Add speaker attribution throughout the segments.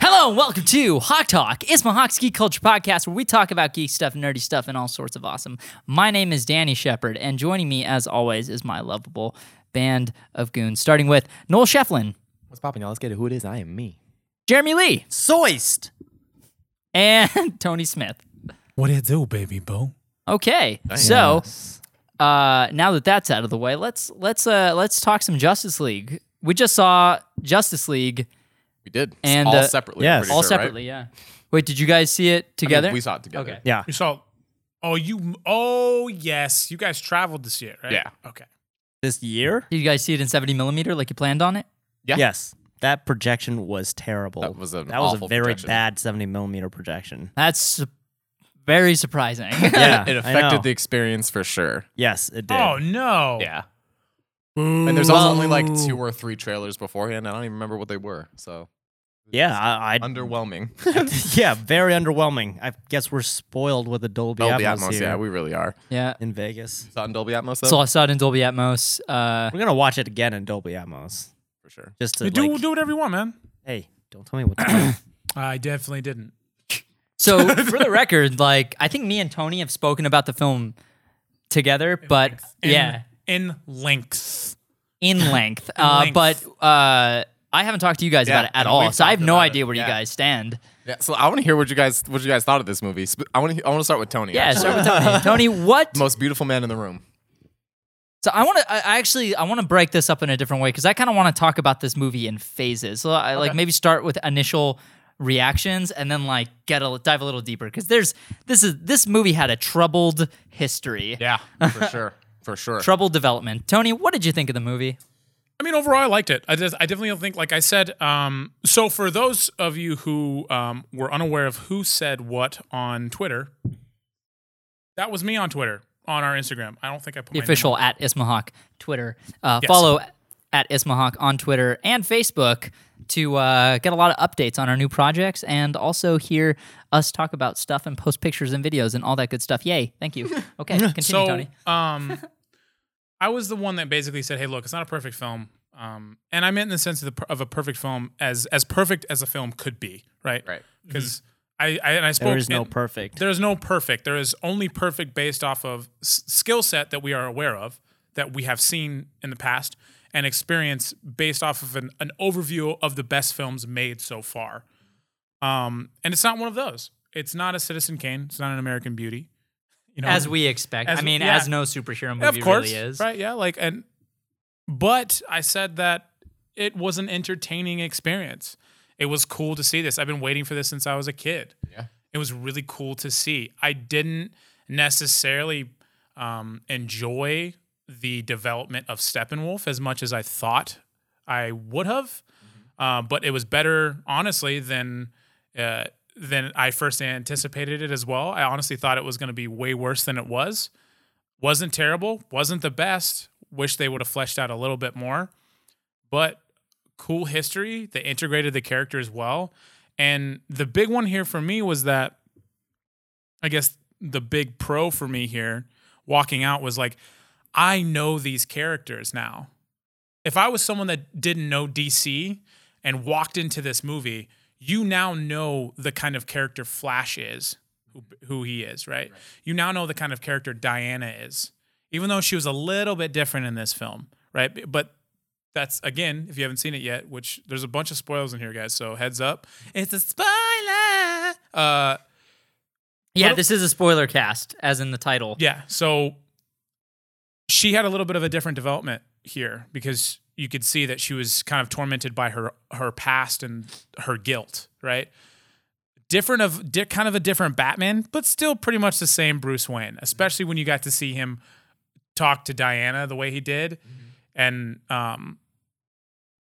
Speaker 1: Hello and welcome to Hawk Talk. It's my Hawk's Geek Culture Podcast where we talk about geek stuff, nerdy stuff, and all sorts of awesome. My name is Danny Shepard, and joining me, as always, is my lovable band of goons, starting with Noel Shefflin,
Speaker 2: What's poppin', y'all? Let's get it. Who it is? I am me.
Speaker 1: Jeremy Lee,
Speaker 3: Soist.
Speaker 1: and Tony Smith.
Speaker 4: What it do, baby boo?
Speaker 1: Okay, so uh, now that that's out of the way, let's let's uh, let's talk some Justice League. We just saw Justice League
Speaker 5: We did.
Speaker 1: And,
Speaker 5: all
Speaker 1: uh,
Speaker 5: separately.
Speaker 2: yes.
Speaker 5: I'm pretty
Speaker 1: all
Speaker 5: sure, right?
Speaker 1: separately. Yeah. Wait, did you guys see it
Speaker 5: I mean,
Speaker 1: together?
Speaker 5: we saw it together.
Speaker 1: Okay.
Speaker 2: Yeah.
Speaker 4: You saw? Oh, you? Oh, yes. You guys traveled this year, right?
Speaker 5: Yeah.
Speaker 4: Okay.
Speaker 3: This year?
Speaker 1: Did you guys see it in seventy millimeter like you planned on it?
Speaker 5: Yeah.
Speaker 3: Yes. That projection was terrible.
Speaker 5: That was an
Speaker 3: That was
Speaker 5: awful
Speaker 3: a very
Speaker 5: projection.
Speaker 3: bad 70 millimeter projection.
Speaker 1: That's su- very surprising.
Speaker 3: Yeah.
Speaker 5: It
Speaker 3: I know.
Speaker 5: affected the experience for sure.
Speaker 3: Yes, it did.
Speaker 4: Oh no.
Speaker 5: Yeah. And there's also only like two or three trailers beforehand. I don't even remember what they were. So
Speaker 3: yeah, I,
Speaker 1: Mm.
Speaker 3: I
Speaker 5: underwhelming.
Speaker 3: yeah, very underwhelming. I guess we're spoiled with a Dolby,
Speaker 5: Dolby
Speaker 3: Atmos,
Speaker 5: Atmos.
Speaker 3: here
Speaker 5: Yeah, we really are.
Speaker 1: yeah.
Speaker 3: in Vegas.
Speaker 5: You saw it in Dolby Atmos though?
Speaker 1: So I saw it in Dolby Atmos. Uh,
Speaker 3: We're gonna watch it again in Dolby Atmos.
Speaker 5: for sure.
Speaker 3: Just to
Speaker 4: You do
Speaker 3: like,
Speaker 4: do whatever you want, man.
Speaker 3: hey, don't tell me what. To
Speaker 4: I definitely didn't.
Speaker 1: so for the record, like I think me and Tony have spoken about the film together, but
Speaker 4: In-
Speaker 1: yeah,
Speaker 4: In length.
Speaker 1: in length. Uh,
Speaker 4: length.
Speaker 1: But uh, I haven't talked to you guys
Speaker 5: Yeah,
Speaker 1: about it at
Speaker 5: and
Speaker 1: all,
Speaker 5: we've
Speaker 1: so I have
Speaker 5: talked
Speaker 1: no
Speaker 5: about it.
Speaker 1: idea where you
Speaker 5: Yeah.
Speaker 1: guys stand.
Speaker 5: Yeah. So I want to hear what you guys what you guys thought of this movie. Sp- I want to I want to start with Tony.
Speaker 1: Yeah,
Speaker 5: actually.
Speaker 1: start with Tony. Tony, what?
Speaker 5: Most beautiful man in the room.
Speaker 1: So I want to. I I actually I want to break this up in a different way because I kind of want to talk about this movie in phases. So I like maybe start with initial reactions and then like get a dive a little deeper because there's this is this movie had a troubled history.
Speaker 5: Yeah, for sure. For sure.
Speaker 1: Troubled development. Tony, what did you think of the movie?
Speaker 4: I mean, overall, I liked it. I, just, I definitely don't think, like I said. Um, so, for those of you who um, were unaware of who said what on Twitter, that was me on Twitter, on our Instagram. I don't think I put
Speaker 1: The
Speaker 4: my name
Speaker 1: official at Ismahawk Twitter. Uh, Follow at Ismahawk on Twitter and Facebook to uh, get a lot of updates on our new projects and also hear us talk about stuff and post pictures and videos and all that good stuff. Yay! Thank you. Okay, continue, Tony.
Speaker 4: so, um, I was the one that basically said, "Hey, look, it's not a perfect film," um, and I meant in the sense of, the, per- of a perfect film as as perfect as a film could be, right?
Speaker 5: Right.
Speaker 4: Because I, I and I spoke.
Speaker 3: there is no
Speaker 4: in-
Speaker 3: perfect.
Speaker 4: There is no perfect. There is only perfect based off of s- skill set that we are aware of, that we have seen in the past, and experience based off of an, an overview of the best films made so far. Um, and it's not one of those. It's not a Citizen Kane. It's not an American Beauty. You know,
Speaker 1: as we expect.
Speaker 4: as-
Speaker 1: I mean,
Speaker 4: yeah.
Speaker 1: as no superhero movie
Speaker 4: of course,
Speaker 1: really is.
Speaker 4: right? Yeah, like and but I said that it was an entertaining experience. It was cool to see this. I've been waiting for this since I was a kid.
Speaker 5: Yeah.
Speaker 4: It was really cool to see. I didn't necessarily um, enjoy the development of Steppenwolf as much as I thought I would have, uh, but it was better, honestly, than uh, than I first anticipated it as well. I honestly thought it was going to be way worse than it was. Wasn't terrible. Wasn't the best. Wish they would have fleshed out a little bit more, but cool history. They integrated the characters well. And the big one here for me was that I guess the big pro for me here walking out was like, I know these characters now. If I was someone that didn't know DC and walked into this movie, you now know the kind of character Flash is, who, who he is, right? You now know the kind of character Diana is, even though she was a little bit different in this film, right? But that's again, if you haven't seen it yet, which there's a bunch of spoils in here, guys. So heads up, it's a spoiler. Uh,
Speaker 1: Yeah,
Speaker 4: What-
Speaker 1: this is a spoiler cast, as in the title.
Speaker 4: yeah. So she had a little bit of a different development here because you could see that she was kind of tormented by her her past and her guilt, right? Different of di- kind of a different Batman, but still pretty much the same Bruce Wayne, especially when you got to see him talk to Diana the way he did and um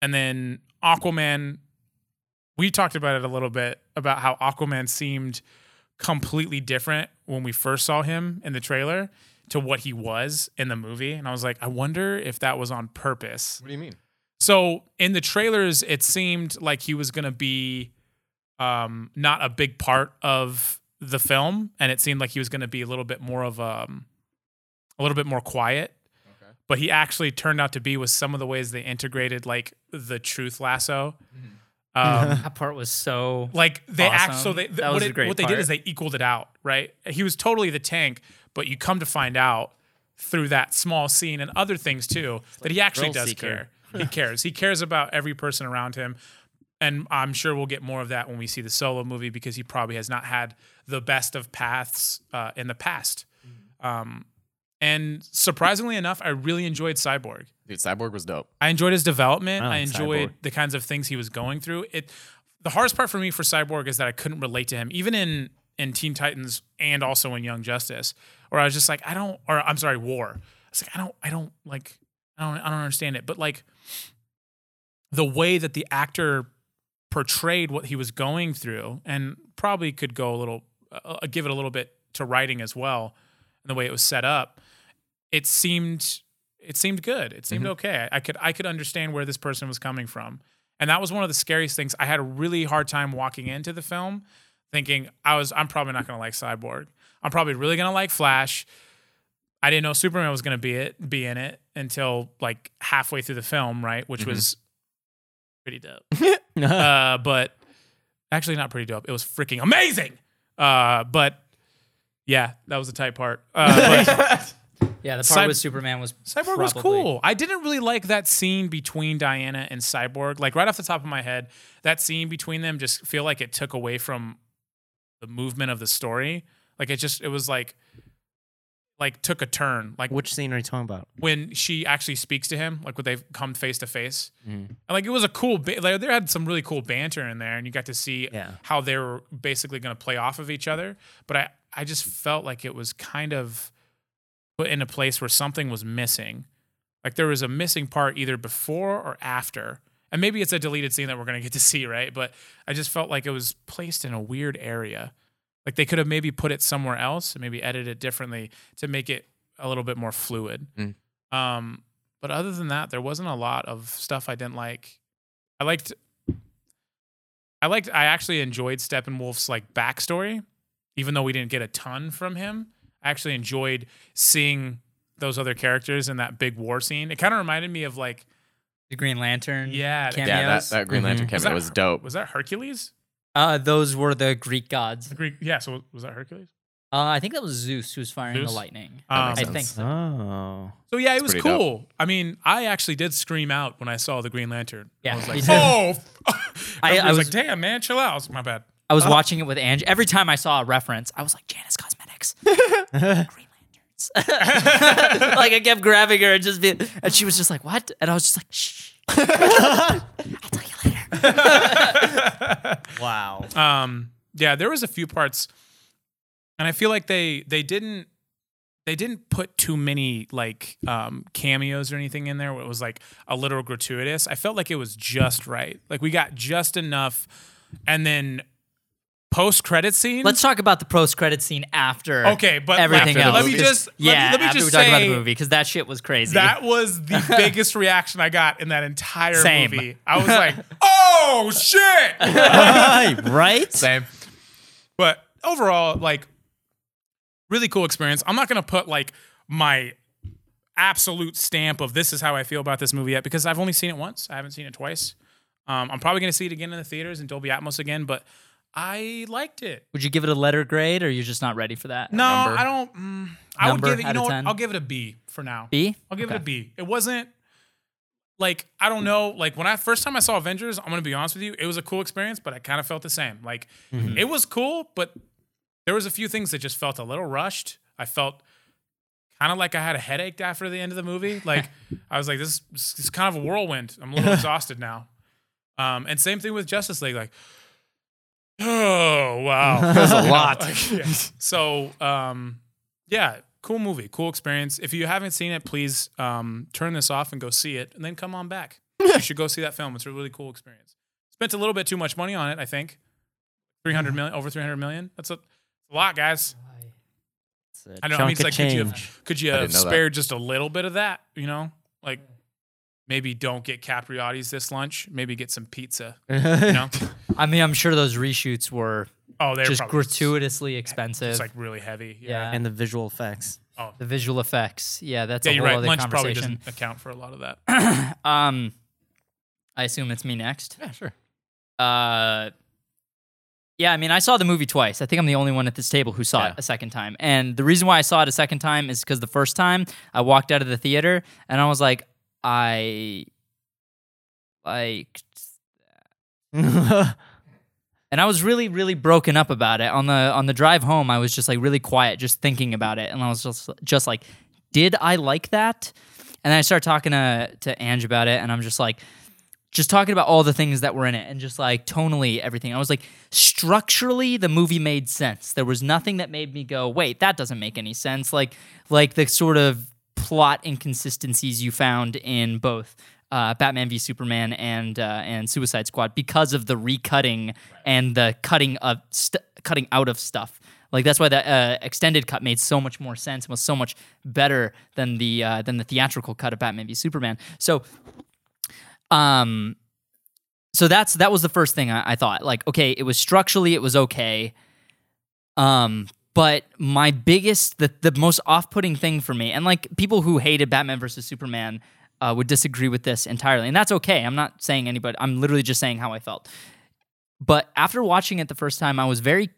Speaker 4: and then Aquaman we talked about it a little bit about how Aquaman seemed completely different when we first saw him in the trailer to what he was in the movie and I was like I wonder if that was on purpose.
Speaker 5: What do you mean?
Speaker 4: So in the trailers it seemed like he was going to be um not a big part of the film and it seemed like he was going to be a little bit more of um a little bit more quiet but he actually turned out to be was some of the ways they integrated like the truth lasso Um,
Speaker 1: That part was so
Speaker 4: like they act so
Speaker 1: Awesome.
Speaker 4: they th-
Speaker 1: That
Speaker 4: what,
Speaker 1: was a
Speaker 4: it-
Speaker 1: great
Speaker 4: what they did
Speaker 1: part.
Speaker 4: is they equaled it out, right? He was totally the tank, but you come to find out through that small scene and other things too that he actually
Speaker 3: thrill
Speaker 4: does
Speaker 3: seeker.
Speaker 4: care. He cares. He cares about every person around him. And I'm sure we'll get more of that when we see the solo movie because he probably has not had the best of paths uh, in the past.
Speaker 1: Mm.
Speaker 4: Um, and surprisingly enough, I really enjoyed Cyborg.
Speaker 5: Dude, Cyborg was dope.
Speaker 4: I enjoyed his development.
Speaker 3: Oh,
Speaker 4: I enjoyed
Speaker 3: Cyborg.
Speaker 4: the kinds of things he was going through. It the hardest part for me for Cyborg is that I couldn't relate to him, even in in Teen Titans and also in Young Justice, where I was just like, I don't or I'm sorry, War. It's like I don't I don't like I don't I don't understand it. But like the way that the actor portrayed what he was going through and probably could go a little uh, uh, give it a little bit to writing as well and the way it was set up it seemed it seemed good it seemed okay i could i could understand where this person was coming from and that was one of the scariest things i had a really hard time walking into the film thinking i was i'm probably not going to like cyborg i'm probably really going to like flash i didn't know superman was going to be it be in it until like halfway through the film right which was pretty dope uh, but actually not pretty dope. It was freaking amazing. Uh, but yeah, that was the tight part. Uh, but
Speaker 1: yeah. The part
Speaker 4: Cyb-
Speaker 1: with Superman was
Speaker 4: Cyborg was
Speaker 1: probably-
Speaker 4: cool. I didn't really like that scene between Diana and Cyborg. Like right off the top of my head, that scene between them just feel like it took away from the movement of the story. Like it just it was like like took a turn. Like
Speaker 3: Which scene are you talking about?
Speaker 4: when she actually speaks to him, like when they've come face to face. And like it was a cool, ba- like, they had some really cool banter in there, and you got to see
Speaker 3: Yeah.
Speaker 4: how they were basically going to play off of each other. But I, I just felt like it was kind of put in a place where something was missing. Like there was a missing part either before or after. And maybe it's a deleted scene that we're going to get to see, right? But I just felt like it was placed in a weird area. Like they could have maybe put it somewhere else and maybe edited it differently to make it a little bit more fluid.
Speaker 5: Mm.
Speaker 4: Um, but other than that, there wasn't a lot of stuff I didn't like. I liked, I liked, I actually enjoyed Steppenwolf's like backstory, even though we didn't get a ton from him. I actually enjoyed seeing those other characters in that big war scene. It kind of reminded me of like,
Speaker 1: The Green Lantern.
Speaker 4: yeah,
Speaker 1: Cam-
Speaker 5: Yeah, that,
Speaker 1: Cameos. Mm-hmm.
Speaker 5: that Green Lantern cameo
Speaker 4: that-
Speaker 5: was dope.
Speaker 4: was that Hercules?
Speaker 1: Uh, those were the Greek gods.
Speaker 4: The Greek, yeah. So was that Hercules?
Speaker 1: Uh, I think that was Zeus who was firing
Speaker 4: Zeus?
Speaker 1: the lightning.
Speaker 4: Um,
Speaker 1: I think so.
Speaker 3: Oh.
Speaker 4: So yeah, it was
Speaker 5: pretty dope.
Speaker 4: cool. I mean, I actually did scream out when I saw the Green Lantern.
Speaker 1: Yeah,
Speaker 4: I was
Speaker 1: me
Speaker 4: like,
Speaker 1: too.
Speaker 4: oh,
Speaker 1: I-
Speaker 4: I,
Speaker 1: I
Speaker 4: was,
Speaker 1: was-
Speaker 4: like, damn, man, chill out. I was- My bad.
Speaker 1: I was watching it with Angie. Every time I saw a reference, I was like, Janice Cosmetics, Green Lanterns. like I kept grabbing her and just being, and she was just like, "What?" And I was just like, "Shh, I'll tell you later."
Speaker 3: Wow.
Speaker 4: Um, yeah, there was a few parts, and I feel like they they didn't they didn't put too many like um, cameos or anything in there where it was like a little gratuitous. I felt like it was just right. Like we got just enough, and then post credit scene.
Speaker 1: Let's talk about the post-credit scene after.
Speaker 4: Okay, but
Speaker 1: everything
Speaker 4: after the
Speaker 1: else.
Speaker 4: movie. Let me just- let me-
Speaker 1: yeah,
Speaker 4: let me
Speaker 1: after
Speaker 4: just
Speaker 1: we talk about the
Speaker 4: say-
Speaker 1: movie because that shit was crazy.
Speaker 4: That was the biggest reaction I got in that entire
Speaker 1: Same.
Speaker 4: movie. I was like, "Oh shit!"
Speaker 3: right?
Speaker 5: Same.
Speaker 4: But overall, like, really cool experience. I'm not gonna put like my absolute stamp of this is how I feel about this movie yet because I've only seen it once. I haven't seen it twice. Um, I'm probably gonna see it again in the theaters in Dolby Atmos again, but I liked it.
Speaker 1: Would you give it a letter grade, or you're just not ready for that?
Speaker 4: No,
Speaker 5: number?
Speaker 4: I don't. Mm, I would
Speaker 1: Number
Speaker 4: give it. You
Speaker 1: out
Speaker 4: know
Speaker 1: of
Speaker 4: what?
Speaker 1: 10?
Speaker 4: I'll give it a B for now.
Speaker 1: B.
Speaker 4: I'll give it a B. It wasn't like I don't know. Like when I first time I saw Avengers, I'm gonna be honest with you, it was a cool experience, but I kind of felt the same. Like it was cool, but there was a few things that just felt a little rushed. I felt kind of like I had a headache after the end of the movie. Like I was like, this, this is kind of a whirlwind. I'm a little exhausted now. Um, and same thing with Justice League. Like, oh wow,
Speaker 3: That's a
Speaker 4: You know,
Speaker 3: lot.
Speaker 4: like, yeah. So, um, yeah, cool movie, cool experience. If you haven't seen it, please um, turn this off and go see it, and then come on back. you should go see that film. It's a really cool experience. Spent a little bit too much money on it, I think. Three hundred million, over three hundred million. That's a, a lot, guys. I know. I mean,
Speaker 3: Chunk
Speaker 4: it's
Speaker 3: of
Speaker 4: like, could you have
Speaker 3: change.
Speaker 4: could you
Speaker 5: I
Speaker 4: have
Speaker 5: didn't know that.
Speaker 4: spared just a little bit of that? You know, like maybe don't get Capriotti's this lunch. Maybe get some pizza. You know?
Speaker 1: I mean, I'm sure those reshoots were
Speaker 4: oh, they're
Speaker 1: just
Speaker 4: probably
Speaker 1: gratuitously expensive.
Speaker 4: It's like really heavy.
Speaker 1: yeah.
Speaker 3: and the visual effects.
Speaker 1: the visual effects. Yeah, that's
Speaker 4: Yeah,
Speaker 1: a
Speaker 4: you're
Speaker 1: whole
Speaker 4: right.
Speaker 1: other
Speaker 4: Lunch probably
Speaker 1: conversation.
Speaker 4: doesn't account for a lot of that.
Speaker 1: Um, I assume it's me next.
Speaker 5: Yeah, sure.
Speaker 1: uh, yeah, I mean, I saw the movie twice. I think I'm the only one at this table who saw
Speaker 5: Yeah.
Speaker 1: it a second time. And the reason why I saw it a second time is because the first time I walked out of the theater and I was like, I like and I was really, really broken up about it. On the on the drive home, I was just like really quiet, just thinking about it, and I was just just like, did I like that? And I started talking to to Ange about it, and I'm just like, just talking about all the things that were in it, and just like tonally everything. I was like, structurally, the movie made sense. There was nothing that made me go, wait, that doesn't make any sense. Like like the sort of plot inconsistencies you found in both uh, Batman v Superman and uh, and Suicide Squad because of the recutting and the cutting of st- cutting out of stuff. Like that's why the uh, extended cut made so much more sense and was so much better than the uh, than the theatrical cut of Batman v Superman. So, um, so that's that was the first thing I, I thought. Like, okay, it was structurally it was okay. Um, but my biggest, the, the most off putting thing for me, and like people who hated Batman versus Superman uh, would disagree with this entirely. And that's okay. I'm not saying anybody, I'm literally just saying how I felt. But after watching it the first time, I was very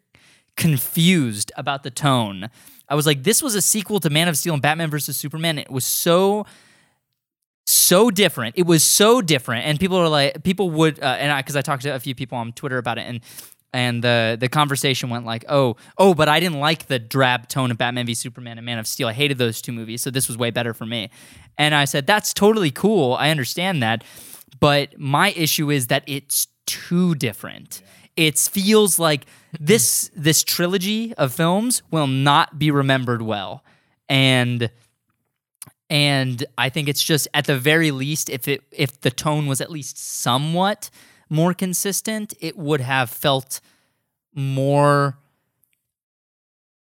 Speaker 1: confused about the tone. I was like, this was a sequel to Man of Steel and Batman versus Superman. It was so so different. It was so different, and people are like, people would, uh, and I because I talked to a few people on Twitter about it, and and the the conversation went like, oh, oh, but I didn't like the drab tone of Batman v Superman and Man of Steel. I hated those two movies, so this was way better for me. And I said, that's totally cool. I understand that, but my issue is that it's too different. It feels like this this trilogy of films will not be remembered well, and and I think it's just at the very least, if it if the tone was at least somewhat more consistent, it would have felt more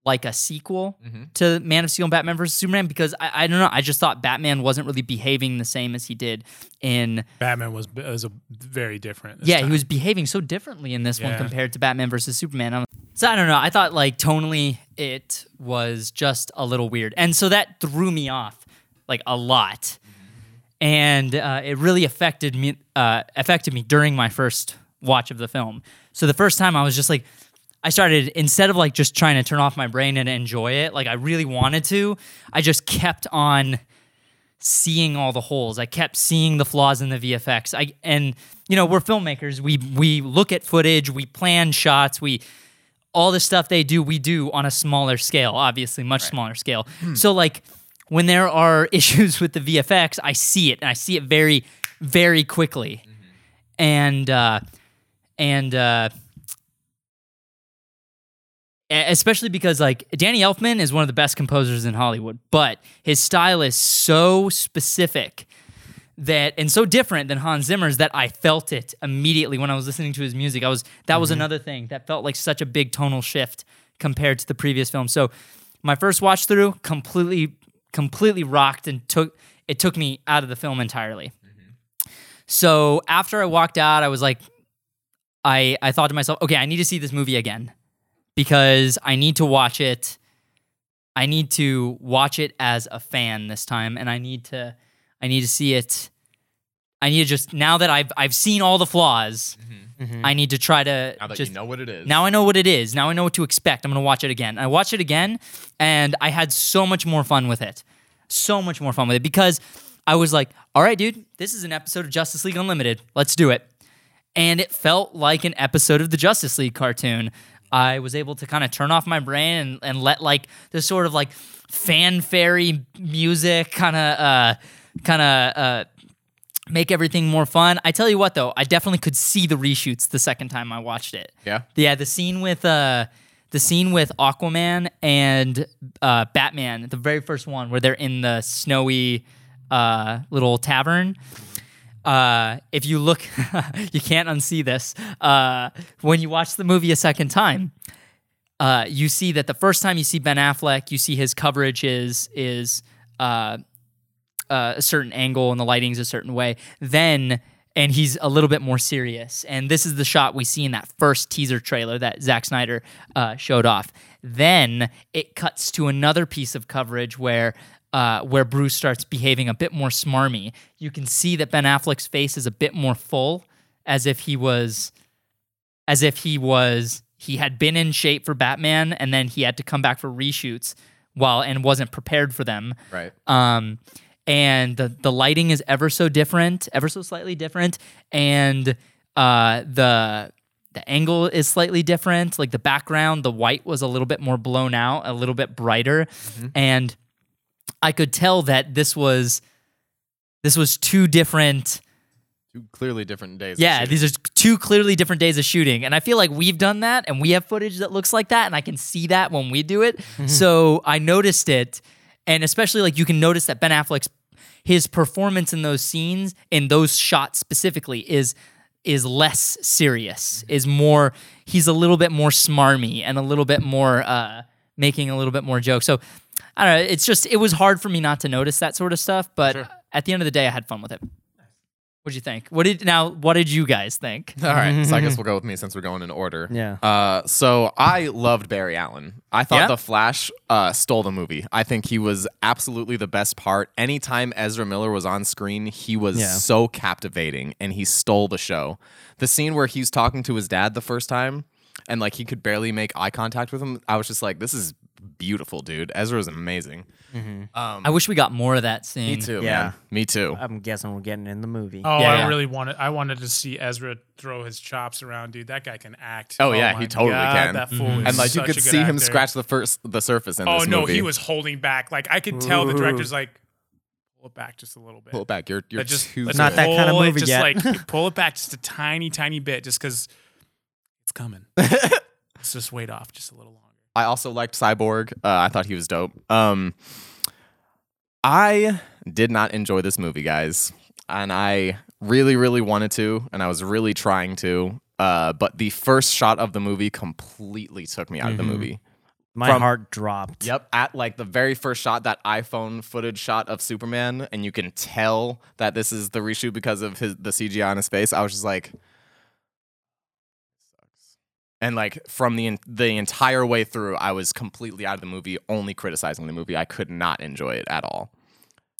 Speaker 1: like a sequel to Man of Steel and Batman versus Superman because I, I don't know. I just thought Batman wasn't really behaving the same as he did in
Speaker 4: Batman was was a very different. this
Speaker 1: yeah,
Speaker 4: time.
Speaker 1: he was behaving so differently in this one
Speaker 4: Yeah.
Speaker 1: compared to Batman versus Superman. I'm- so I don't know. I thought like tonally it was just a little weird, and so that threw me off like a lot, and uh, it really affected me uh, affected me during my first watch of the film. So the first time I was just like. I started instead of like just trying to turn off my brain and enjoy it, like I really wanted to, I just kept on seeing all the holes. I kept seeing the flaws in the VFX. I and you know we're filmmakers. We we look at footage. We plan shots. We all the stuff they do. We do on a smaller scale, obviously, much smaller scale. So like when there are issues with the VFX, I see it and I see it very very quickly, and uh, and. Uh, e, especially because like Danny Elfman is one of the best composers in Hollywood, but his style is so specific that and so different than Hans Zimmer's that I felt it immediately when I was listening to his music. I was that was another thing that felt like such a big tonal shift compared to the previous film. So my first watch through completely completely rocked and took it took me out of the film entirely. So after I walked out, I was like I I thought to myself, okay, I need to see this movie again because I need to watch it. I need to watch it as a fan this time, and I need to I need to see it. I need to just now that I've I've seen all the flaws, I need to try to
Speaker 5: Mm-hmm. Now that
Speaker 1: just
Speaker 5: you know what it is.
Speaker 1: now I know what it is. Now I know what to expect. I'm gonna watch it again. I watched it again, and I had so much more fun with it. So much more fun with it because I was like, "All right, dude, this is an episode of Justice League Unlimited. Let's do it." And it felt like an episode of the Justice League cartoon. I was able to kind of turn off my brain and, and let like the sort of like fanfare music kind of uh, kind of uh, make everything more fun. I tell you what though, I definitely could see the reshoots the second time I watched it.
Speaker 5: Yeah.
Speaker 1: Yeah, the scene with uh the scene with Aquaman and uh Batman, the very first one where they're in the snowy uh little tavern. Uh, if you look, you can't unsee this. Uh, when you watch the movie a second time, uh, you see that the first time you see Ben Affleck, you see his coverage is is uh, uh, a certain angle and the lighting's a certain way. Then and he's a little bit more serious. And this is the shot we see in that first teaser trailer that Zack Snyder uh, showed off. Then it cuts to another piece of coverage where. Uh, where Bruce starts behaving a bit more smarmy, you can see that Ben Affleck's face is a bit more full, as if he was as if he was he had been in shape for Batman and then he had to come back for reshoots while and wasn't prepared for them.
Speaker 5: Right.
Speaker 1: Um, and the the lighting is ever so different, ever so slightly different, and uh, the the angle is slightly different. Like the background, the white was a little bit more blown out, a little bit brighter, and I could tell that this was this was two different.
Speaker 5: Two clearly different days. of
Speaker 1: Yeah,
Speaker 5: shooting.
Speaker 1: these are two clearly different days of shooting. And I feel like we've done that and we have footage that looks like that and I can see that when we do it.
Speaker 5: Mm-hmm.
Speaker 1: So I noticed it and especially like you can notice that Ben Affleck's his performance in those scenes in those shots specifically is is less serious.
Speaker 5: Mm-hmm.
Speaker 1: Is more he's a little bit more smarmy and a little bit more uh making a little bit more jokes. So I don't know, it's just it was hard for me not to notice that sort of stuff, but at the end of the day I had fun with it. What'd you think? What did now? What did you guys think?
Speaker 5: All right, so I guess we'll go with me since we're going in order.
Speaker 3: Yeah.
Speaker 5: Uh, so I loved Barry Allen. I thought
Speaker 1: Yeah?
Speaker 5: The Flash uh, stole the movie. I think he was absolutely the best part. Anytime Ezra Miller was on screen, he was
Speaker 3: Yeah.
Speaker 5: so captivating, and he stole the show. The scene where he's talking to his dad the first time, and like he could barely make eye contact with him, I was just like, "This is beautiful, dude." Ezra is amazing.
Speaker 1: I wish we got more of that scene.
Speaker 5: Um, Me too.
Speaker 3: Yeah.
Speaker 5: man. Me too.
Speaker 3: I'm guessing we're getting in the movie.
Speaker 4: Oh,
Speaker 1: Yeah,
Speaker 4: I
Speaker 1: yeah.
Speaker 4: really wanted. I wanted to see Ezra throw his chops around, dude. That guy can act.
Speaker 5: Oh, yeah,
Speaker 4: my
Speaker 5: he totally
Speaker 4: God,
Speaker 5: can.
Speaker 4: That fool
Speaker 3: Mm-hmm.
Speaker 1: Mm-hmm.
Speaker 4: is
Speaker 5: and like you
Speaker 4: such a
Speaker 5: could
Speaker 4: good
Speaker 5: see him
Speaker 4: actor.
Speaker 5: scratch the first the surface in
Speaker 4: Oh
Speaker 5: this
Speaker 4: no,
Speaker 5: movie.
Speaker 4: he was holding back. Like I could tell the
Speaker 3: Ooh.
Speaker 4: director's like, pull it back just a little bit.
Speaker 5: pull it back. You're you're
Speaker 4: Like, just
Speaker 5: too
Speaker 4: let's
Speaker 5: good.
Speaker 3: Not that kind of
Speaker 4: pull it
Speaker 3: movie
Speaker 4: just
Speaker 3: yet.
Speaker 4: like pull it back just a tiny, tiny bit, just because it's coming. Let's just wait off just a little longer.
Speaker 5: I also liked Cyborg. Uh, I thought he was dope. Um, I did not enjoy this movie, guys, and I really, really wanted to, and I was really trying to. Uh, but the first shot of the movie completely took me out
Speaker 3: Mm-hmm.
Speaker 5: of the movie.
Speaker 3: My
Speaker 5: From-
Speaker 3: heart dropped.
Speaker 5: Yep, at like the very first shot, that iPhone footage shot of Superman, and you can tell that this is the reshoot because of his the CGI on his face. I was just like, sucks. And like from the en- the entire way through, I was completely out of the movie, only criticizing the movie. I could not enjoy it at all.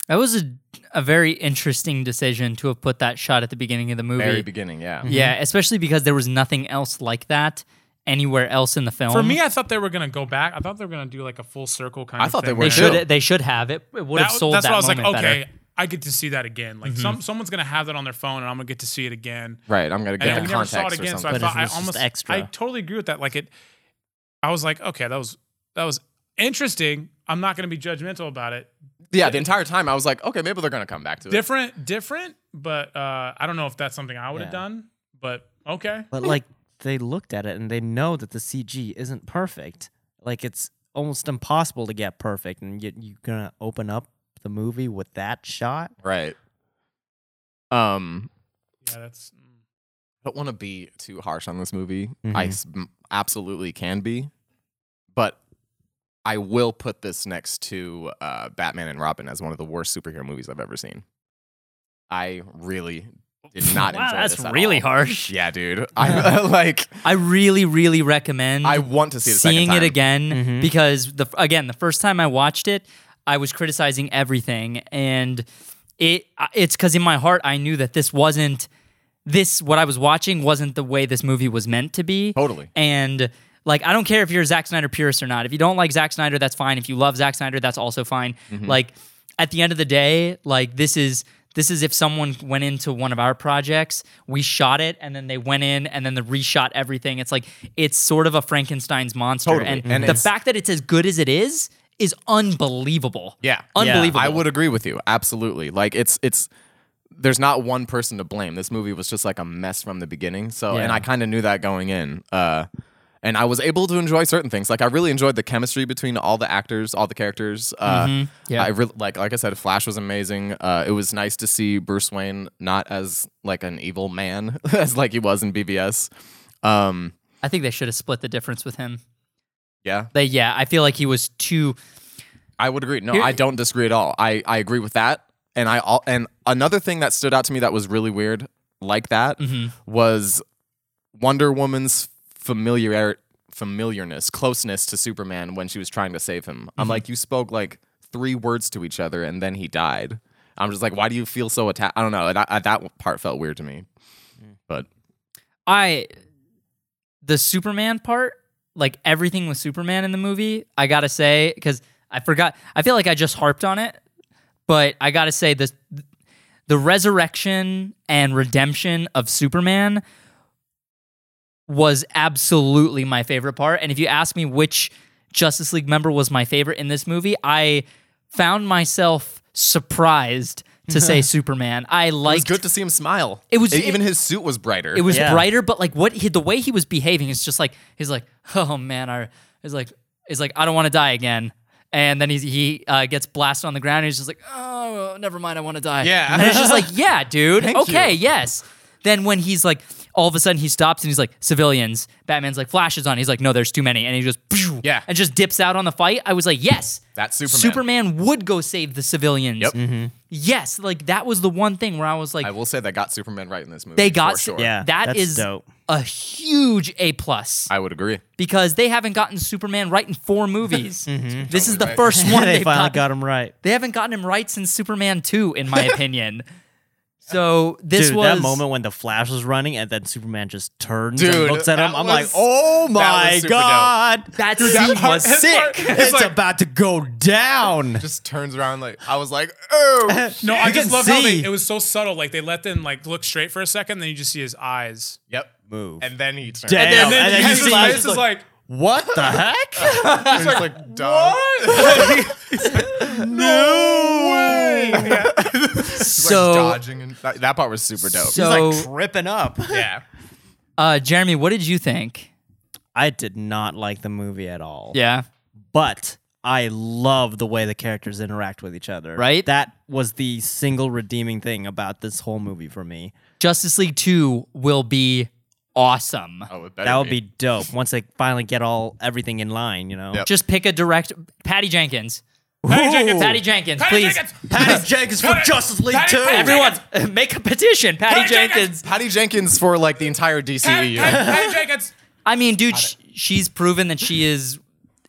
Speaker 1: That was a, a very interesting decision to have put that shot at the beginning of the movie.
Speaker 5: Very mm-hmm. beginning, yeah.
Speaker 1: yeah, especially because there was nothing else like that anywhere else in the film.
Speaker 4: For me, I thought they were gonna go back. I thought they were gonna do like a full circle kind
Speaker 5: I
Speaker 4: of.
Speaker 5: thought they
Speaker 4: thing.
Speaker 5: were
Speaker 1: they
Speaker 5: Me
Speaker 1: should
Speaker 5: too.
Speaker 1: they should have it. It would have
Speaker 4: That-
Speaker 1: sold
Speaker 4: that's
Speaker 1: that
Speaker 4: what I was like,
Speaker 1: moment better.
Speaker 4: okay, I get to see that again. Like some someone's gonna have that on their phone, and I'm gonna get to see it again.
Speaker 5: Mm-hmm. Right, I'm gonna
Speaker 4: And
Speaker 5: get
Speaker 4: we
Speaker 5: the
Speaker 4: never saw it
Speaker 5: context or
Speaker 4: again, so I
Speaker 5: something.
Speaker 3: But
Speaker 4: thought
Speaker 3: it
Speaker 4: I
Speaker 3: was just
Speaker 4: almost
Speaker 3: extra.
Speaker 4: I totally agree with that. Like it, I was like, okay, that was that was interesting. I'm not gonna be judgmental about it.
Speaker 5: yeah, the entire time I was like, okay, maybe they're gonna come back to it.
Speaker 4: Different, different, but uh, I don't know if that's something I would have
Speaker 3: Yeah.
Speaker 4: done. But okay,
Speaker 3: But like they looked at it and they know that the CG isn't perfect. Like it's almost impossible to get perfect, and yet you're gonna open up the movie with that shot.
Speaker 5: right. Um,
Speaker 4: yeah, that's mm.
Speaker 5: don't want to be too harsh on this movie.
Speaker 1: Mm-hmm.
Speaker 3: Mhm.
Speaker 5: I s- m- absolutely can be, but I will put this next to uh, Batman and Robin as one of the worst superhero movies I've ever seen. I really did not
Speaker 1: wow,
Speaker 5: enjoy
Speaker 1: that's
Speaker 5: this at
Speaker 1: really
Speaker 5: all.
Speaker 1: harsh.
Speaker 5: Yeah, dude. I like.
Speaker 1: I really, really recommend
Speaker 5: I want to see the
Speaker 1: seeing
Speaker 5: second
Speaker 1: it
Speaker 5: time.
Speaker 1: again
Speaker 3: Mhm.
Speaker 1: because the again the first time I watched it, I was criticizing everything, and it it's because in my heart I knew that this wasn't this what I was watching wasn't the way this movie was meant to be.
Speaker 5: Totally.
Speaker 1: And like, I don't care if you're a Zack Snyder purist or not. If you don't like Zack Snyder, that's fine. If you love Zack Snyder, that's also fine. Like, at the end of the day, like this is this is if someone went into one of our projects, we shot it, and then they went in, and then they reshot everything. It's like it's sort of a Frankenstein's monster,
Speaker 5: Totally.
Speaker 1: and,
Speaker 5: And
Speaker 1: the
Speaker 5: it's-
Speaker 1: fact that it's as good as it is is unbelievable.
Speaker 5: Yeah.
Speaker 1: unbelievable.
Speaker 5: I would agree with you. Absolutely. Like it's it's there's not one person to blame. This movie was just like a mess from the beginning. So and
Speaker 3: Yeah.
Speaker 5: I kind of knew that going in. Uh and I was able to enjoy certain things. Like I really enjoyed the chemistry between all the actors, all the characters. Uh
Speaker 1: Mm-hmm. Yeah.
Speaker 5: I really like like I said Flash was amazing. Uh it was nice to see Bruce Wayne not as like an evil man as like he was in BVS. Um
Speaker 1: I think they should have split the difference with him.
Speaker 5: yeah.
Speaker 1: They, yeah, I feel like he was too.
Speaker 5: I would agree. No,
Speaker 1: Here-
Speaker 5: I don't disagree at all. I, I agree with that. And I all and another thing that stood out to me that was really weird, like that,
Speaker 1: Mm-hmm.
Speaker 5: was Wonder Woman's familiar familiarness, closeness to Superman when she was trying to save him.
Speaker 1: Mm-hmm.
Speaker 5: I'm like, you spoke like three words to each other, and then he died. I'm just like, why do you feel so attached? uh, I don't know. And I, I, that part felt weird to me. But
Speaker 1: I the Superman part, like everything with Superman in the movie, I gotta say because I forgot. I feel like I just harped on it, but I gotta say this: the resurrection and redemption of Superman was absolutely my favorite part. And if you ask me which Justice League member was my favorite in this movie, I found myself surprised to say Superman. I
Speaker 5: It was
Speaker 1: liked
Speaker 5: good to see him smile.
Speaker 1: It was-
Speaker 5: And even
Speaker 1: it-
Speaker 5: his suit was brighter.
Speaker 1: it was
Speaker 3: Yeah.
Speaker 1: brighter, but like what he, the way he was behaving is just like he's like, oh man, I is like is like I don't want to die again. And then he's, he uh, gets blasted on the ground. And he's just like, oh, never mind, I want to die.
Speaker 4: Yeah.
Speaker 1: and it's just like, yeah, dude, okay, yes. Then when he's like, all of a sudden he stops and he's like, civilians. Batman's like flashes on. He's like, no, there's too many, and he just phew,
Speaker 4: Yeah.
Speaker 1: and just dips out on the fight. I was like, yes,
Speaker 5: That's Superman.
Speaker 1: Superman would go save the civilians.
Speaker 5: Yep.
Speaker 1: Yes, like that was the one thing where I was like,
Speaker 5: I will say they got Superman right in this movie.
Speaker 1: they got
Speaker 5: for sure.
Speaker 3: Yeah,
Speaker 1: that
Speaker 3: that's
Speaker 1: is
Speaker 3: dope.
Speaker 1: a huge a plus
Speaker 5: I would agree.
Speaker 1: because they haven't gotten superman right in four movies this is the
Speaker 5: Totally right.
Speaker 1: first one
Speaker 3: Mm-hmm. they
Speaker 1: they've
Speaker 3: finally
Speaker 1: got,
Speaker 3: got him right.
Speaker 1: they haven't gotten him right since superman 2 in my opinion so this
Speaker 3: Dude,
Speaker 1: was
Speaker 3: that moment when the Flash was running and then Superman just turns and
Speaker 5: Dude,
Speaker 3: looks at
Speaker 5: that
Speaker 3: him. I'm like,
Speaker 5: was-
Speaker 3: oh
Speaker 5: that
Speaker 3: my
Speaker 5: was super dope.
Speaker 3: god,
Speaker 1: that
Speaker 3: Dude,
Speaker 1: scene
Speaker 3: part-
Speaker 1: was
Speaker 3: his
Speaker 1: sick.
Speaker 3: part- It's,
Speaker 5: like-
Speaker 3: about to go down.
Speaker 5: Just turns around like I was like, oh
Speaker 4: No, I
Speaker 3: You
Speaker 4: just
Speaker 3: can
Speaker 4: love how they,
Speaker 3: see.
Speaker 4: it was so subtle. Like they let them like look straight for a second, then you just see his eyes.
Speaker 5: Yep.
Speaker 3: Move.
Speaker 5: And then he turns.
Speaker 3: Damn.
Speaker 4: And then,
Speaker 3: And then
Speaker 4: you
Speaker 3: you
Speaker 4: his
Speaker 3: see-
Speaker 4: face is like,
Speaker 3: What the heck?
Speaker 5: He's like, dumb.
Speaker 3: no way.
Speaker 1: so
Speaker 5: dodging and that, that part was super dope.
Speaker 1: so
Speaker 3: tripping up.
Speaker 5: yeah.
Speaker 1: uh jeremy what did you think
Speaker 3: I did not like the movie at all.
Speaker 1: yeah
Speaker 3: But I love the way the characters interact with each other.
Speaker 1: Right?
Speaker 3: That was the single redeeming thing about this whole movie for me.
Speaker 1: justice league 2 will be awesome
Speaker 5: Oh, it better
Speaker 3: That would be dope once they finally get all everything in line, you know?
Speaker 5: Yep.
Speaker 1: just pick a direct patty jenkins
Speaker 4: Patty Jenkins.
Speaker 1: patty jenkins
Speaker 4: Patty
Speaker 1: please
Speaker 4: Jenkins.
Speaker 3: Patty Jenkins for Justice League
Speaker 4: Patty-
Speaker 3: 2.
Speaker 4: Patty-
Speaker 1: everyone make a petition patty,
Speaker 4: Patty Jenkins.
Speaker 1: jenkins.
Speaker 5: Patty Jenkins for like the entire
Speaker 4: Patty,
Speaker 5: E DCU.
Speaker 4: Patty, Patty Jenkins.
Speaker 1: I mean, dude, sh- she's proven that she is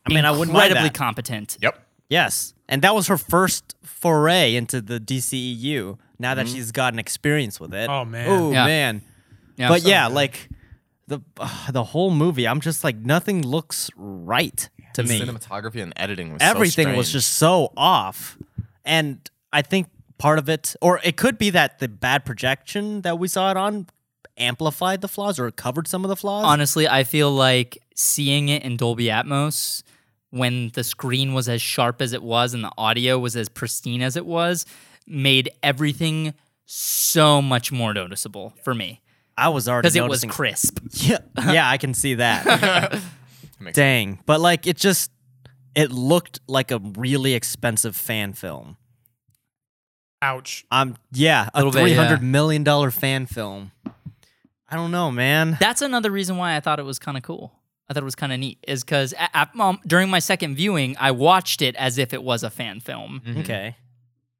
Speaker 3: I mean, I wouldn't mind
Speaker 1: incredibly
Speaker 3: that.
Speaker 1: competent.
Speaker 5: yep.
Speaker 3: Yes. And that was her first foray into the DCEU now that she's gotten experience with it.
Speaker 4: Mm-hmm. Oh, man.
Speaker 3: Oh
Speaker 1: Yeah.
Speaker 3: man.
Speaker 1: Yeah.
Speaker 3: but yeah, like the uh, the whole movie, I'm just like nothing looks right to me.
Speaker 5: Cinematography and editing was so
Speaker 3: Everything was
Speaker 5: strange.
Speaker 3: just so off. And I think part of it or it could be that the bad projection that we saw it on amplified the flaws or covered some of the flaws.
Speaker 1: honestly, I feel like seeing it in Dolby Atmos when the screen was as sharp as it was and the audio was as pristine as it was made everything so much more noticeable for me
Speaker 3: I was already
Speaker 1: because it was
Speaker 3: noticing-
Speaker 1: crisp.
Speaker 3: Yeah, yeah, I can see that.
Speaker 5: Makes
Speaker 3: Dang, but like it just it looked like a really expensive fan film.
Speaker 4: Ouch.
Speaker 3: Um, yeah, a
Speaker 1: Little bit,
Speaker 3: three
Speaker 1: yeah.
Speaker 3: hundred million dollar fan film. I don't know, man.
Speaker 1: That's another reason why I thought it was kind of cool. I thought it was kind of neat is because um, during my second viewing, I watched it as if it was a fan film.
Speaker 3: Okay, Mm.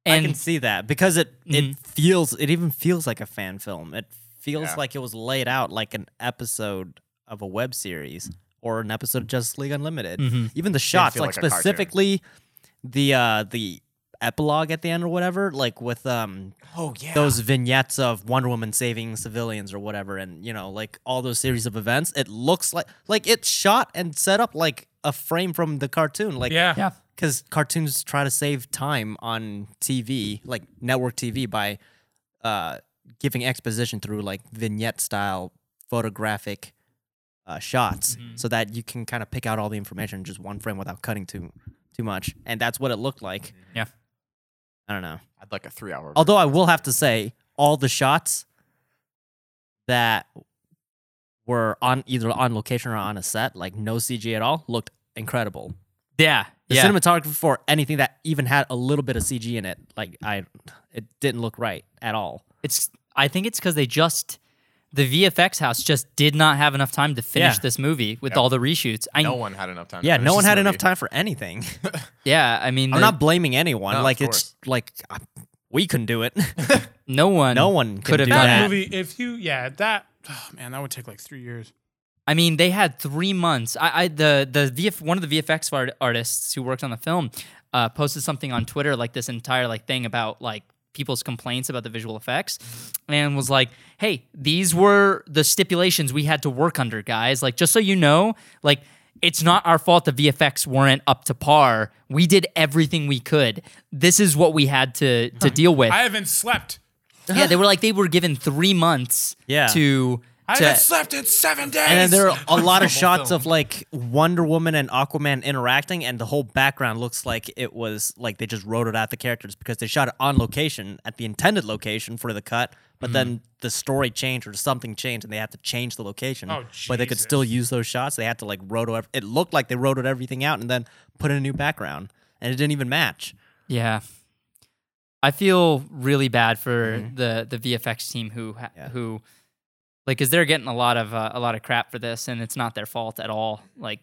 Speaker 3: I
Speaker 1: And
Speaker 3: can see that because it it feels it even feels like a fan film. It feels
Speaker 5: Yeah.
Speaker 3: like it was laid out like an episode of a web series or an episode of Justice League Unlimited. Even the shots,
Speaker 5: feel
Speaker 3: like,
Speaker 5: like a cartoon.
Speaker 3: specifically the uh the epilogue at the end or whatever, like with um
Speaker 5: Oh yeah.
Speaker 3: those vignettes of Wonder Woman saving civilians or whatever, and you know, like all those series of events. It looks like like it's shot and set up like a frame from the cartoon, like
Speaker 4: Yeah.
Speaker 1: yeah,
Speaker 3: because cartoons try to save time on TV, like network TV, by uh, giving exposition through like vignette style photographic uh, shots, so that you can kind of pick out all the information in just one frame without cutting too too much. And that's what it looked like.
Speaker 1: yeah.
Speaker 3: I don't know.
Speaker 5: I'd like a three-hour.
Speaker 3: Although I will have to say, all the shots that were on either on location or on a set, like no CG at all, looked incredible.
Speaker 1: Yeah.
Speaker 3: The
Speaker 1: yeah.
Speaker 3: cinematography for anything that even had a little bit of CG in it, like I, it didn't look right at all.
Speaker 1: it's I think it's because they just the VFX house just did not have enough time to finish
Speaker 3: Yeah.
Speaker 1: this movie with all the reshoots. I
Speaker 5: no one had enough time. to
Speaker 3: Yeah,
Speaker 5: finish
Speaker 3: no one
Speaker 5: this
Speaker 3: had enough
Speaker 5: movie.
Speaker 3: time for anything.
Speaker 1: yeah, I mean
Speaker 3: I'm
Speaker 1: the-
Speaker 3: not blaming anyone.
Speaker 5: No, of
Speaker 3: like it's like I- we couldn't do it.
Speaker 1: no one
Speaker 3: no one
Speaker 1: could
Speaker 3: can
Speaker 1: have
Speaker 3: do
Speaker 1: done
Speaker 4: That
Speaker 1: that.
Speaker 4: movie, if you, yeah, that, oh, man, that would take like three years.
Speaker 1: I mean, they had three months. I, I the the VF, one of the VFX art, artists who worked on the film uh, posted something on Twitter like this entire like thing about like people's complaints about the visual effects and was like, "Hey, these were the stipulations we had to work under, guys. Like just so you know, like it's not our fault the VFX weren't up to par. We did everything we could. This is what we had to to deal with."
Speaker 4: I haven't slept.
Speaker 1: yeah, they were like they were given 3 months
Speaker 3: Yeah.
Speaker 1: to
Speaker 4: I
Speaker 1: to,
Speaker 4: haven't slept in seven days.
Speaker 3: And then there are a lot of shots of like Wonder Woman and Aquaman interacting, and the whole background looks like it was like they just wrote it out the characters because they shot it on location at the intended location for the cut, but
Speaker 4: Mm-hmm.
Speaker 3: then the story changed or something changed, and they had to change the location.
Speaker 4: Oh,
Speaker 3: but they could still
Speaker 4: Jesus.
Speaker 3: use those shots. They had to like roto. ev- It looked like they rotoed everything out and then put in a new background, and it didn't even match.
Speaker 1: Yeah. I feel really bad for the the VFX team who ha
Speaker 3: Mm-hmm. Yeah.
Speaker 1: who like cuz they're getting a lot of uh, a lot of crap for this and it's not their fault at all. Like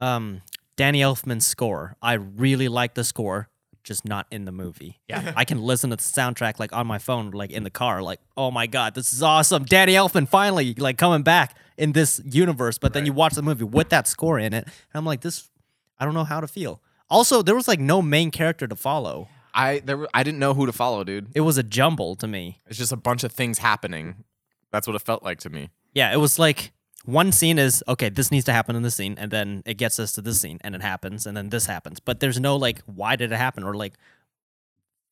Speaker 3: um, Danny Elfman's score. I really like the score, just not in the movie. Yeah, I can listen to the soundtrack like on my phone, like in the car. Like, oh my god, this is awesome! Danny Elfman finally like coming back in this universe. But then you watch the movie with that score in it, and I'm like, this, I don't know how to feel. Also, there was like no main character to follow.
Speaker 5: I there were, I didn't know who to follow, dude.
Speaker 3: It was a jumble to me.
Speaker 5: It's just a bunch of things happening. That's what it felt like to me.
Speaker 3: Yeah, it was like one scene is okay, this needs to happen in this scene, and then it gets us to this scene, and it happens, and then this happens. But there's no like, why did it happen, or like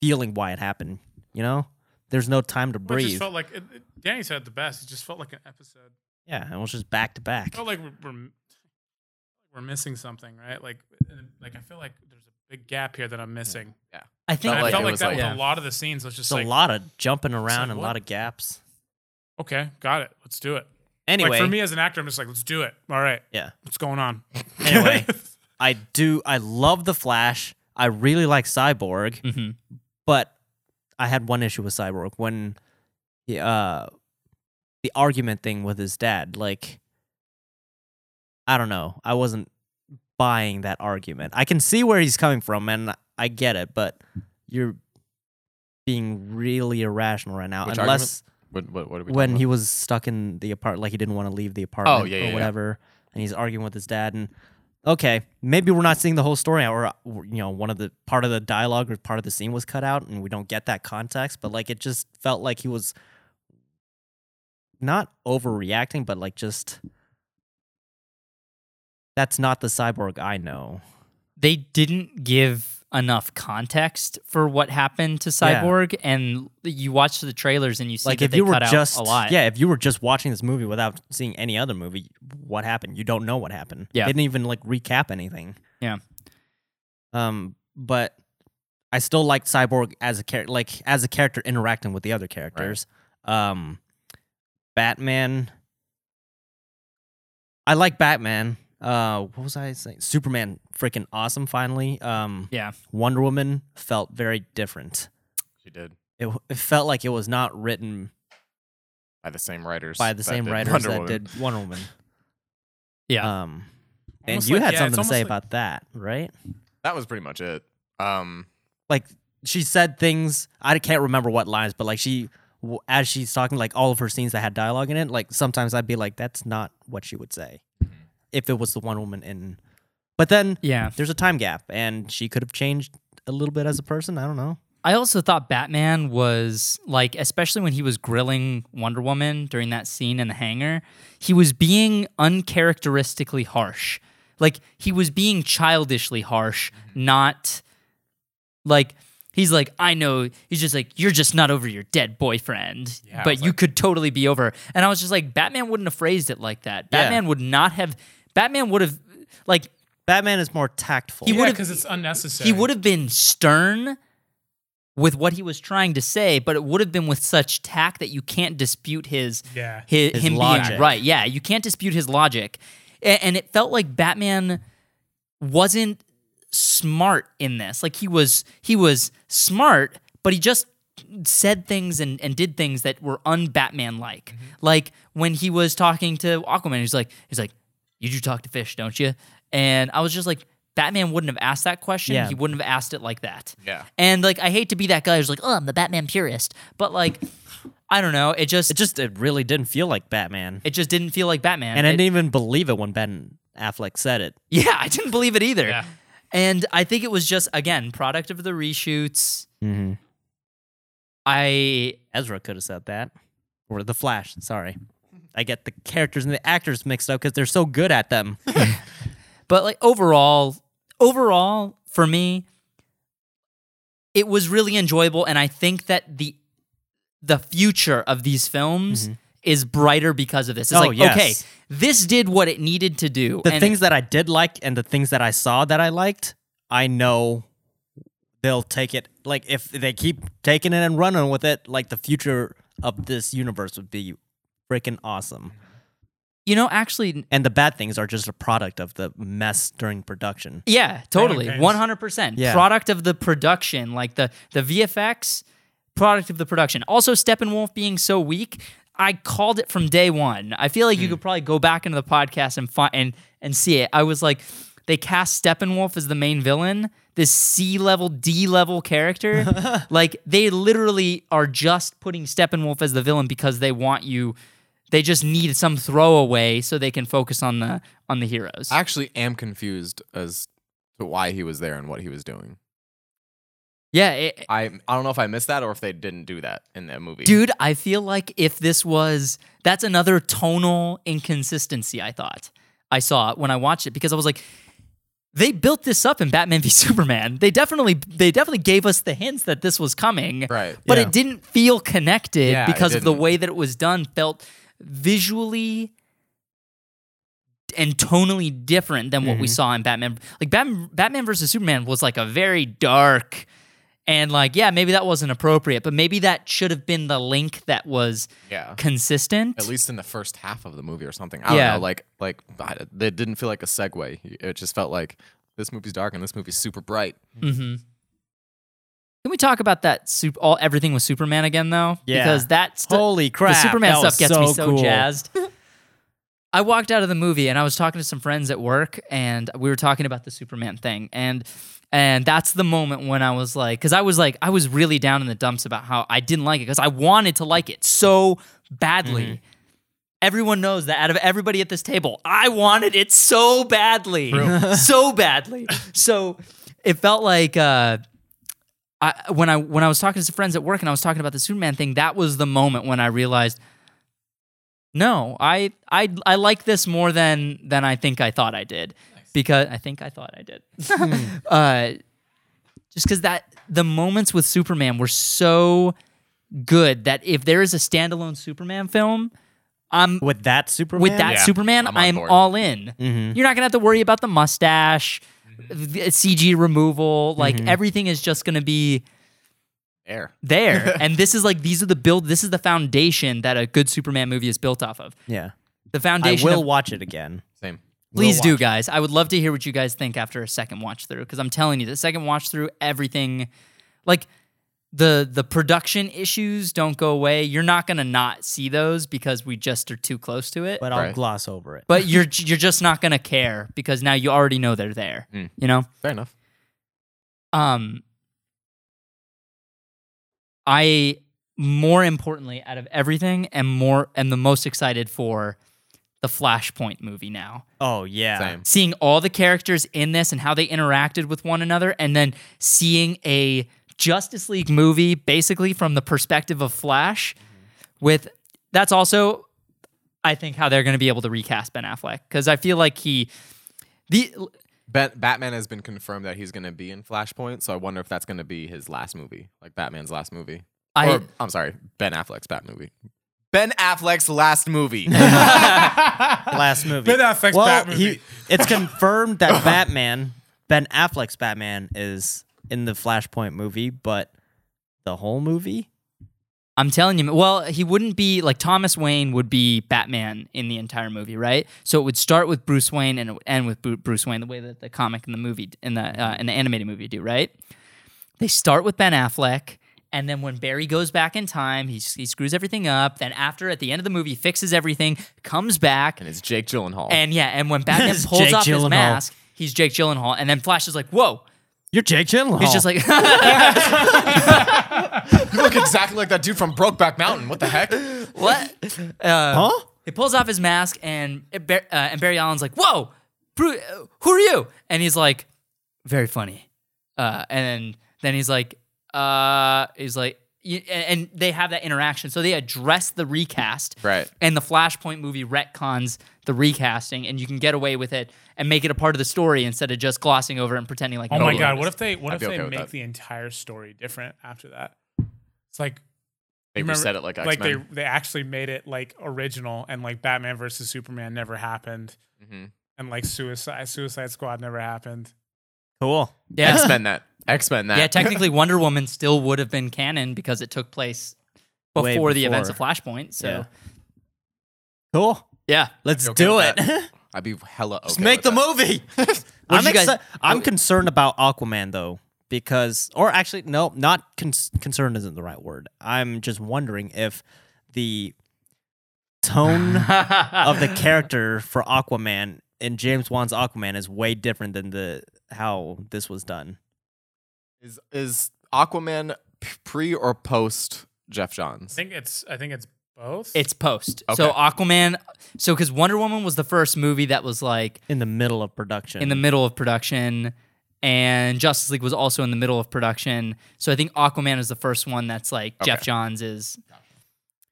Speaker 3: feeling why it happened. You know, there's no time to
Speaker 4: Well, it just
Speaker 3: breathe.
Speaker 4: felt like it, it- Danny said it the best. It just felt like an episode.
Speaker 3: yeah, it was just back to back.
Speaker 4: It felt like we're, we're we're missing something, right? Like and, like I feel like there's a big gap here that I'm missing.
Speaker 1: I think
Speaker 5: Felt
Speaker 4: And I
Speaker 5: like
Speaker 4: felt
Speaker 5: it
Speaker 4: like
Speaker 5: was
Speaker 4: that
Speaker 5: like-
Speaker 4: with
Speaker 1: Yeah.
Speaker 4: a lot of the scenes. It's just
Speaker 3: It's a
Speaker 4: like
Speaker 3: lot of jumping around and a
Speaker 4: what?
Speaker 3: lot of gaps.
Speaker 4: okay, got it. Let's do it.
Speaker 3: Anyway,
Speaker 4: Like for me as an actor, I'm just like, let's do it. All right,
Speaker 3: yeah.
Speaker 4: what's going on?
Speaker 3: Anyway, I do. I love the Flash. I really like Cyborg.
Speaker 1: mhm.
Speaker 3: but I had one issue with Cyborg when the uh the argument thing with his dad, like I don't know. I wasn't buying that argument. I can see where he's coming from and I get it, but you're being really irrational right now.
Speaker 5: Which
Speaker 3: Unless
Speaker 5: What what, what are we
Speaker 3: when
Speaker 5: talking Oh,
Speaker 3: he was stuck in the apartment, like he didn't want to leave the apartment
Speaker 5: yeah,
Speaker 3: or
Speaker 5: yeah, yeah.
Speaker 3: whatever, and he's arguing with his dad. And okay, maybe we're not seeing the whole story, or uh, or, you know, one of the part of the dialogue or part of the scene was cut out, and we don't get that context. But like, it just felt like he was not overreacting, but like just that's not the cyborg I know.
Speaker 1: They didn't give enough context for what happened to
Speaker 3: Yeah.
Speaker 1: Cyborg and you watch the trailers and you see
Speaker 3: like
Speaker 1: that
Speaker 3: if
Speaker 1: they
Speaker 3: you were
Speaker 1: cut out
Speaker 3: just
Speaker 1: a lot.
Speaker 3: yeah if you were just watching this movie without seeing any other movie what happened you don't know what happened
Speaker 1: Yeah.
Speaker 3: they didn't even like recap anything
Speaker 1: Yeah.
Speaker 3: um but i still like cyborg as a character like as a character interacting with the other characters um batman i like batman uh what was i saying superman freaking awesome finally um
Speaker 1: Yeah.
Speaker 3: wonder woman felt very different
Speaker 5: She did
Speaker 3: it, it felt like it was not written
Speaker 5: by the same writers.
Speaker 3: by the
Speaker 5: that
Speaker 3: same
Speaker 5: did
Speaker 3: writers
Speaker 5: Wonder
Speaker 3: that
Speaker 5: Woman.
Speaker 3: did Wonder Woman.
Speaker 1: Yeah.
Speaker 3: Um, and
Speaker 4: Almost
Speaker 3: you
Speaker 4: like-
Speaker 3: had
Speaker 4: yeah, it's
Speaker 3: something to say
Speaker 4: almost like-
Speaker 3: about that, right?
Speaker 5: That was pretty much it. Um,
Speaker 3: Like she said things I can't remember what lines, but like she, w- as she's talking, like all of her scenes that had dialogue in it, like sometimes I'd be like, that's not what she would say
Speaker 4: Mm-hmm.
Speaker 3: if it was the Wonder Woman in. But then
Speaker 1: Yeah.
Speaker 3: there's a time gap, and she could have changed a little bit as a person. I don't know.
Speaker 1: I also thought Batman was like, especially when he was grilling Wonder Woman during that scene in the hangar, he was being uncharacteristically harsh. Like he was being childishly harsh,
Speaker 5: Mm-hmm.
Speaker 1: not like he's like, I know. He's just like, you're just not over your dead boyfriend,
Speaker 5: Yeah, I
Speaker 1: but
Speaker 5: was
Speaker 1: you could totally be over. And I was just like, Batman wouldn't have phrased it like that.
Speaker 3: Yeah.
Speaker 1: Batman would not have. Batman would have like
Speaker 3: Batman is more tactful.
Speaker 1: He
Speaker 4: yeah,
Speaker 1: would've-
Speaker 4: because it's unnecessary.
Speaker 1: he would have been stern with what he was trying to say, but it would have been with such tact that you can't dispute his,
Speaker 4: Yeah.
Speaker 1: hi-
Speaker 3: His
Speaker 1: him being
Speaker 3: logic.
Speaker 1: right. Yeah, you can't dispute his logic, A- and it felt like Batman wasn't smart in this. Like he was he was smart, but he just said things and, and did things that were un Batman like. Like when he was talking to Aquaman, he's like he's like, You do talk to fish, don't you? And I was just like, Batman wouldn't have asked that question.
Speaker 3: Yeah.
Speaker 1: He wouldn't have asked it like that.
Speaker 5: Yeah.
Speaker 1: And like I hate to be that guy who's like, Oh, I'm the Batman purist. But like I don't know. It just
Speaker 3: it just it really didn't feel like Batman,
Speaker 1: it just didn't feel like Batman.
Speaker 3: and I
Speaker 1: It-
Speaker 3: didn't even believe it when Ben Affleck said it.
Speaker 1: Yeah, I didn't believe it either.
Speaker 4: Yeah.
Speaker 1: And I think it was just again product of the reshoots.
Speaker 3: Mm-hmm.
Speaker 1: I
Speaker 3: Ezra could have said that, or the Flash. Sorry, I get the characters and the actors mixed up because they're so good at them.
Speaker 1: But like overall, overall for me, it was really enjoyable, and I think that the the future of these films is brighter because of this. It's
Speaker 3: Mm-hmm. Oh,
Speaker 1: like
Speaker 3: yes.
Speaker 1: okay, this did what it needed to do.
Speaker 3: the
Speaker 1: and
Speaker 3: things that I did like and the things that I saw that I liked, I know they'll take it. Like if they keep taking it and running with it, like the future of this universe would be freaking awesome.
Speaker 1: you know actually.
Speaker 3: And the bad things are just a product of the mess during production.
Speaker 1: Yeah, totally,
Speaker 4: Pains.
Speaker 1: one hundred percent.
Speaker 3: Yeah.
Speaker 1: Product of the production, like the the VFX, product of the production. Also, Steppenwolf being so weak, I called it from day one. I feel like you could probably go back into the podcast and find and and see it. I was like, they cast Steppenwolf as the main villain, this C level, D level character. like they literally are just putting Steppenwolf as the villain because they want you. They just need some throwaway so they can focus on the on the heroes.
Speaker 5: I actually am confused as to why he was there and what he was doing.
Speaker 1: yeah, it,
Speaker 5: I I don't know if I missed that or if they didn't do that in that movie.
Speaker 1: Dude, I feel like if this was that's another tonal inconsistency I thought I saw when I watched it because I was like they built this up in Batman v Superman. They definitely they definitely gave us the hints that this was coming.
Speaker 5: Right.
Speaker 1: But
Speaker 3: Yeah.
Speaker 1: it didn't feel connected
Speaker 5: Yeah, it
Speaker 1: because of the
Speaker 5: didn't.
Speaker 1: way that it was done felt visually and tonally different than what
Speaker 5: Mm-hmm.
Speaker 1: we saw in Batman. Like Batman, Batman versus Superman was like a very dark and like yeah, maybe that wasn't appropriate, but maybe that should have been the link that was
Speaker 5: Yeah.
Speaker 1: consistent.
Speaker 5: At least in the first half of the movie or something. I don't
Speaker 1: Yeah.
Speaker 5: know. Like like I- it didn't feel like a segue. It just felt like this movie's dark and this movie's super bright.
Speaker 1: Mhm. Can we talk about that soup all everything with Superman again though?
Speaker 3: Yeah.
Speaker 1: Because that's
Speaker 3: Holy crap!
Speaker 1: The Superman
Speaker 3: that was
Speaker 1: stuff gets me so
Speaker 3: cool.
Speaker 1: jazzed. I walked out of the movie and I was talking to some friends at work and we were talking about the Superman thing and and that's the moment when I was like cuz I was like I was really down in the dumps about how I didn't like it cuz I wanted to like it so badly.
Speaker 3: Mm-hmm.
Speaker 1: Everyone knows that out of everybody at this table, I wanted it so badly. so badly. So it felt like uh I, when I when I was talking to some friends at work and I was talking about the Superman thing, that was the moment when I realized, no, I I I like this more than than I think I thought I did, because I think I thought I did, uh, just because that the moments with Superman were so good that if there is a standalone Superman film, I'm
Speaker 3: With that Superman,
Speaker 1: with that
Speaker 4: Yeah,
Speaker 1: Superman,
Speaker 5: I'm
Speaker 1: I'm,
Speaker 5: on board.
Speaker 1: all in. You're not gonna have to worry about the mustache, the CG removal. Like everything is just gonna be
Speaker 5: Air.
Speaker 1: there. and this is like these are the build. This is the foundation that a good Superman movie is built off of.
Speaker 3: yeah,
Speaker 1: The
Speaker 3: I
Speaker 1: foundation.
Speaker 3: will
Speaker 1: of-
Speaker 3: watch it again.
Speaker 5: Same.
Speaker 1: please
Speaker 3: will
Speaker 1: do,
Speaker 3: watch
Speaker 1: guys. I would love to hear what you guys think after a second watch through because I'm telling you, the second watch through, everything, like the the production issues don't go away. You're not gonna not see those because we just are too close to it.
Speaker 3: But I'll
Speaker 5: Right.
Speaker 3: gloss over it.
Speaker 1: but you're you're just not gonna care because now you already know they're there.
Speaker 5: Mm.
Speaker 1: You know.
Speaker 5: Fair enough.
Speaker 1: Um, I more importantly out of everything am more am the most excited for the Flashpoint movie now.
Speaker 3: oh yeah,
Speaker 5: Same.
Speaker 1: Seeing all the characters in this and how they interacted with one another, and then seeing a Justice League movie basically from the perspective of Flash, with that's also I think how they're going to be able to recast Ben Affleck because I feel like he the
Speaker 5: Bat- Batman has been confirmed that he's going to be in Flashpoint, so I wonder if that's going to be his last movie, like Batman's last movie.
Speaker 1: I
Speaker 5: or I'm sorry, Ben Affleck's Bat movie. Ben Affleck's last movie.
Speaker 3: last movie.
Speaker 4: Ben Affleck's
Speaker 3: well,
Speaker 4: Bat movie.
Speaker 3: He, it's confirmed that Batman, Ben Affleck's Batman, is in the Flashpoint movie, but the whole movie.
Speaker 1: I'm telling you, well, he wouldn't be like Thomas Wayne would be Batman in the entire movie, right? So it would start with Bruce Wayne and it would end with Bru- Bruce Wayne, the way that the comic and the movie in the uh, in the animated movie do, right? They start with Ben Affleck, and then when Barry goes back in time, he, he screws everything up. Then after, at the end of the movie, fixes everything, comes back,
Speaker 5: and it's Jake Gyllenhaal.
Speaker 1: and yeah, and when Batman
Speaker 3: It's
Speaker 1: pulls
Speaker 3: Jake
Speaker 1: off his
Speaker 3: Gyllenhaal.
Speaker 1: mask, he's Jake Gyllenhaal, and then Flash is like, "Whoa!"
Speaker 3: You're Jake Gyllenhaal.
Speaker 1: He's just like,
Speaker 5: you look exactly like that dude from Brokeback Mountain. What the heck?
Speaker 1: "What?"
Speaker 3: huh?
Speaker 1: He pulls off his mask, and it- Bar- uh, and Barry Allen's like, "Whoa, Bru- uh, who are you?" And he's like, "Very funny." Uh, and then he's like, uh, "He's like, you, and they have that interaction. So they address the recast,
Speaker 5: Right.
Speaker 1: And the Flashpoint movie retcons the recasting, and you can get away with it and make it a part of the story instead of just glossing over it and pretending like.
Speaker 4: Oh
Speaker 1: nobody
Speaker 4: my god,
Speaker 1: noticed.
Speaker 4: what if they what
Speaker 5: I'd
Speaker 4: if
Speaker 5: be
Speaker 4: they
Speaker 5: okay with
Speaker 4: make
Speaker 5: that.
Speaker 4: the entire story different after that? It's like
Speaker 5: They
Speaker 4: remember-
Speaker 5: reset it like X
Speaker 4: like they
Speaker 5: Men.
Speaker 4: they actually made it like original and like Batman versus Superman never happened
Speaker 3: Mm-hmm.
Speaker 5: Mhm.
Speaker 4: and like Suicide Suicide Squad never happened.
Speaker 3: Cool.
Speaker 1: Yeah.
Speaker 5: X Men that. X Men that.
Speaker 1: Yeah, technically Wonder Woman still would have been canon because it took place before,
Speaker 3: Way
Speaker 1: the events of
Speaker 3: before.
Speaker 1: Flashpoint. So
Speaker 3: Cool.
Speaker 1: yeah,
Speaker 3: Let's
Speaker 5: I'd be okay
Speaker 3: do
Speaker 5: with
Speaker 3: it.
Speaker 5: that. I'd be hella. Okay
Speaker 3: Just make
Speaker 5: with
Speaker 3: the
Speaker 5: that.
Speaker 3: movie. I'm
Speaker 1: you guys-
Speaker 3: exci- I'm concerned about Aquaman though because or actually no, not con- concerned isn't the right word. I'm just wondering if the tone of the character for Aquaman in James Wan's Aquaman is way different than the how this was done.
Speaker 5: Is is Aquaman p- pre or post Jeff Johns?
Speaker 4: I think it's I think it's both.
Speaker 1: it's post. So
Speaker 5: Okay.
Speaker 1: Aquaman. So because Wonder Woman was the first movie that was like
Speaker 3: In the middle of production.
Speaker 1: in the middle of production, and Justice League was also in the middle of production. So I think Aquaman is the first one that's like Jeff Johns is.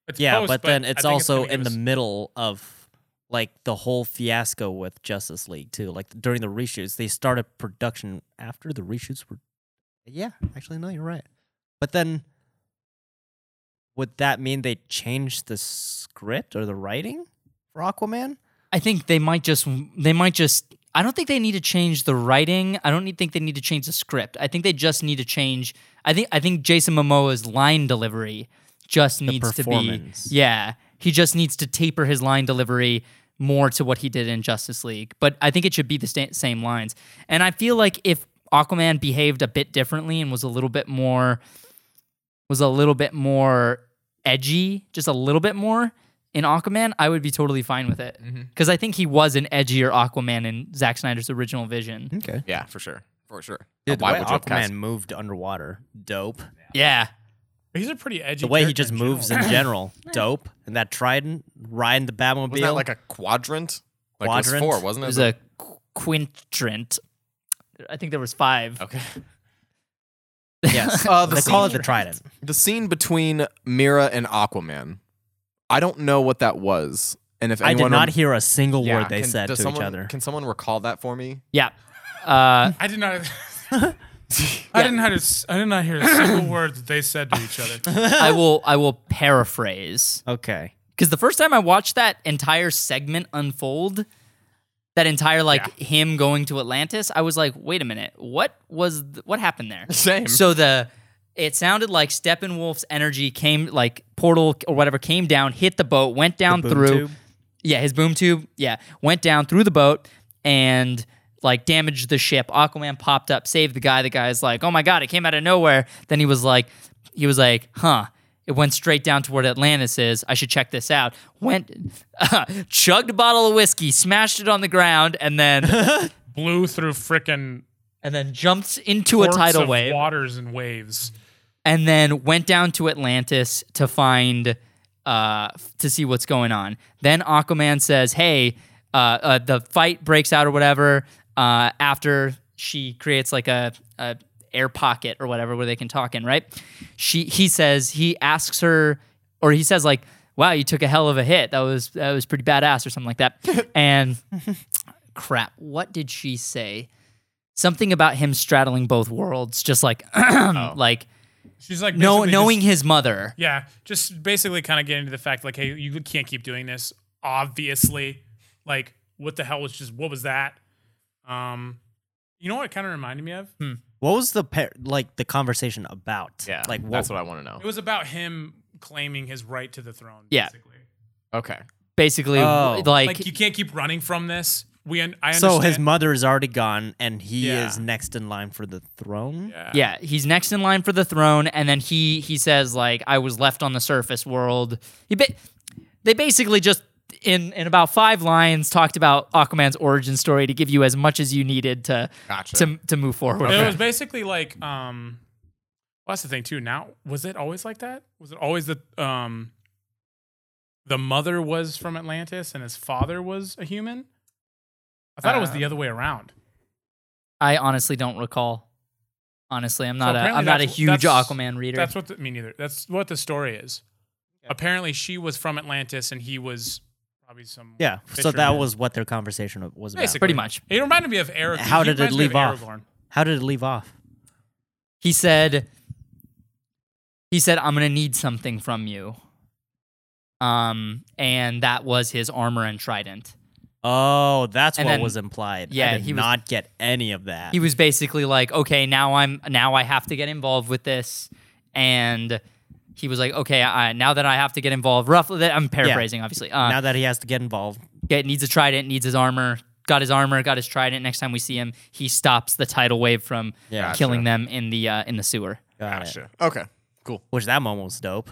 Speaker 4: It's
Speaker 3: yeah,
Speaker 4: post,
Speaker 3: but then
Speaker 4: I
Speaker 3: it's
Speaker 4: think
Speaker 3: also
Speaker 4: gonna
Speaker 3: in
Speaker 4: give
Speaker 3: the
Speaker 4: us-
Speaker 3: middle of like the whole fiasco with Justice League too. Like during the reshoots, they started production after the reshoots were. Yeah, actually, no, you're right. But then, would that mean they changed the script or the writing for Aquaman?
Speaker 1: I think they might just they might just. I don't think they need to change the writing. I don't need, think they need to change the script. I think they just need to change. I think I think Jason Momoa's line delivery just needs to be.
Speaker 3: performance.
Speaker 1: Yeah, he just needs to taper his line delivery more to what he did in Justice League. But I think it should be the sta- same lines. And I feel like if Aquaman behaved a bit differently and was a little bit more was a little bit more edgy, just a little bit more in Aquaman, I would be totally fine with it. Because I think he was an edgier Aquaman in Zack Snyder's original vision.
Speaker 3: Okay.
Speaker 5: yeah, for sure, for sure.
Speaker 3: Dude, the
Speaker 5: Why
Speaker 3: way
Speaker 5: would you have
Speaker 3: Aquaman
Speaker 5: cast-
Speaker 3: moved underwater, dope.
Speaker 1: Yeah.
Speaker 4: He's a pretty edgy.
Speaker 3: The way he
Speaker 4: character
Speaker 3: just
Speaker 4: in
Speaker 3: moves in
Speaker 4: general.
Speaker 3: general, dope. And that trident, riding the Batmobile.
Speaker 5: Wasn't that like a quadrant? Like it was
Speaker 3: Quadrant?
Speaker 5: four, wasn't
Speaker 1: It
Speaker 5: it?
Speaker 1: was a qu- quintrant. I think there was five.
Speaker 5: okay.
Speaker 3: yes,
Speaker 5: Uh, the
Speaker 3: they call it
Speaker 5: scene-
Speaker 3: the trident.
Speaker 5: The scene between Mira and Aquaman. I don't know what that was, and if
Speaker 3: I did
Speaker 5: anyone
Speaker 3: not hear a single
Speaker 5: Yeah,
Speaker 3: word they
Speaker 5: can-
Speaker 3: said to
Speaker 5: does someone-
Speaker 3: each other.
Speaker 5: Can someone recall that for me?
Speaker 1: Yeah. Uh,
Speaker 4: I did not. I didn't have. to- I did not hear a single word that they said to each other.
Speaker 1: I will I will paraphrase.
Speaker 3: Okay.
Speaker 1: Because the first time I watched that entire segment unfold, that entire like him going to Atlantis, I was like, wait a minute, what was th- what happened there?
Speaker 5: Same.
Speaker 1: So the it sounded like Steppenwolf's energy came like portal or whatever came down, hit the boat, went down
Speaker 3: boom
Speaker 1: through.
Speaker 3: tube?
Speaker 1: Yeah, his boom tube. Yeah, went down through the boat and like damaged the ship. Aquaman popped up, saved the guy. The guy's like, "Oh my god, it came out of nowhere." Then he was like, he was like, "Huh." It went straight down to where Atlantis is. I should check this out. Went, chugged a bottle of whiskey, smashed it on the ground, and then
Speaker 4: Blew through frickin'
Speaker 1: and then jumped into a
Speaker 4: ports
Speaker 1: tidal
Speaker 4: of
Speaker 1: wave.
Speaker 4: waters and waves.
Speaker 1: and then went down to Atlantis to find uh f- to see what's going on. Then Aquaman says, "Hey, uh, uh the fight breaks out or whatever uh after she creates like a, a air pocket or whatever where they can talk in, right? She he says he asks her or he says like, "Wow, you took a hell of a hit. That was that was pretty badass or something like that." and crap, what did she say? Something about him straddling both worlds, just like like
Speaker 4: She's like
Speaker 1: no,
Speaker 4: basically
Speaker 1: knowing
Speaker 4: just-
Speaker 1: his mother.
Speaker 4: yeah, just basically kind of getting to the fact like, hey, you can't keep doing this. Obviously, like, what the hell was just what was that? Um, you know what it kind of reminded me of?
Speaker 3: What was the pair like the conversation about?
Speaker 5: yeah,
Speaker 3: Like what,
Speaker 5: that's what I want to know.
Speaker 4: It was about him claiming his right to the throne.
Speaker 1: Yeah.
Speaker 4: basically.
Speaker 5: Okay.
Speaker 1: Basically,
Speaker 3: Oh.
Speaker 1: like,
Speaker 4: like you can't keep running from this. We un- I understand.
Speaker 3: so his mother is already gone and he
Speaker 4: Yeah.
Speaker 3: is next in line for the throne.
Speaker 4: yeah.
Speaker 1: yeah, he's next in line for the throne, and then he he says like, "I was left on the surface world." He ba- they basically just in in about five lines talked about Aquaman's origin story to give you as much as you needed to
Speaker 5: Gotcha.
Speaker 1: to to move forward.
Speaker 4: It was basically like um well, that's the thing too. Now was it always like that? Was it always that um the mother was from Atlantis and his father was a human?
Speaker 3: Uh,
Speaker 4: I thought it was the other way around.
Speaker 1: I honestly don't recall. Honestly, I'm not a
Speaker 4: apparently
Speaker 1: I'm not a
Speaker 4: that's-
Speaker 1: huge
Speaker 4: that's-
Speaker 1: Aquaman reader.
Speaker 4: That's what the, me neither. That's what the story is. Apparently, she was from Atlantis and he was probably some.
Speaker 3: Yeah. So
Speaker 4: fisherman.
Speaker 3: that was what their conversation was about.
Speaker 4: Basically.
Speaker 1: Pretty much.
Speaker 4: It reminded me of Aragorn.
Speaker 3: How
Speaker 4: He
Speaker 3: did it
Speaker 4: reminds me of
Speaker 3: leave off?
Speaker 4: Aragorn.
Speaker 3: How did it leave off?
Speaker 1: He said he said I'm going to need something from you. Um and that was his armor and trident.
Speaker 3: Oh, that's
Speaker 1: And
Speaker 3: what
Speaker 1: then-
Speaker 3: was implied.
Speaker 1: yeah,
Speaker 3: I did
Speaker 1: he was-
Speaker 3: not get any of that.
Speaker 1: He was basically like, "Okay, now I'm now I have to get involved with this." And he was like, "Okay, I, now that I have to get involved, roughly that I'm paraphrasing obviously. Uh,
Speaker 3: now that he has to get involved,
Speaker 1: get needs a trident, needs his armor. Got his armor, got his trident. Next time we see him, he stops the tidal wave from
Speaker 3: Yeah.
Speaker 1: killing them in the uh, in the sewer.
Speaker 3: Got it.
Speaker 4: Gotcha.
Speaker 5: Okay, cool.
Speaker 3: which that moment was dope.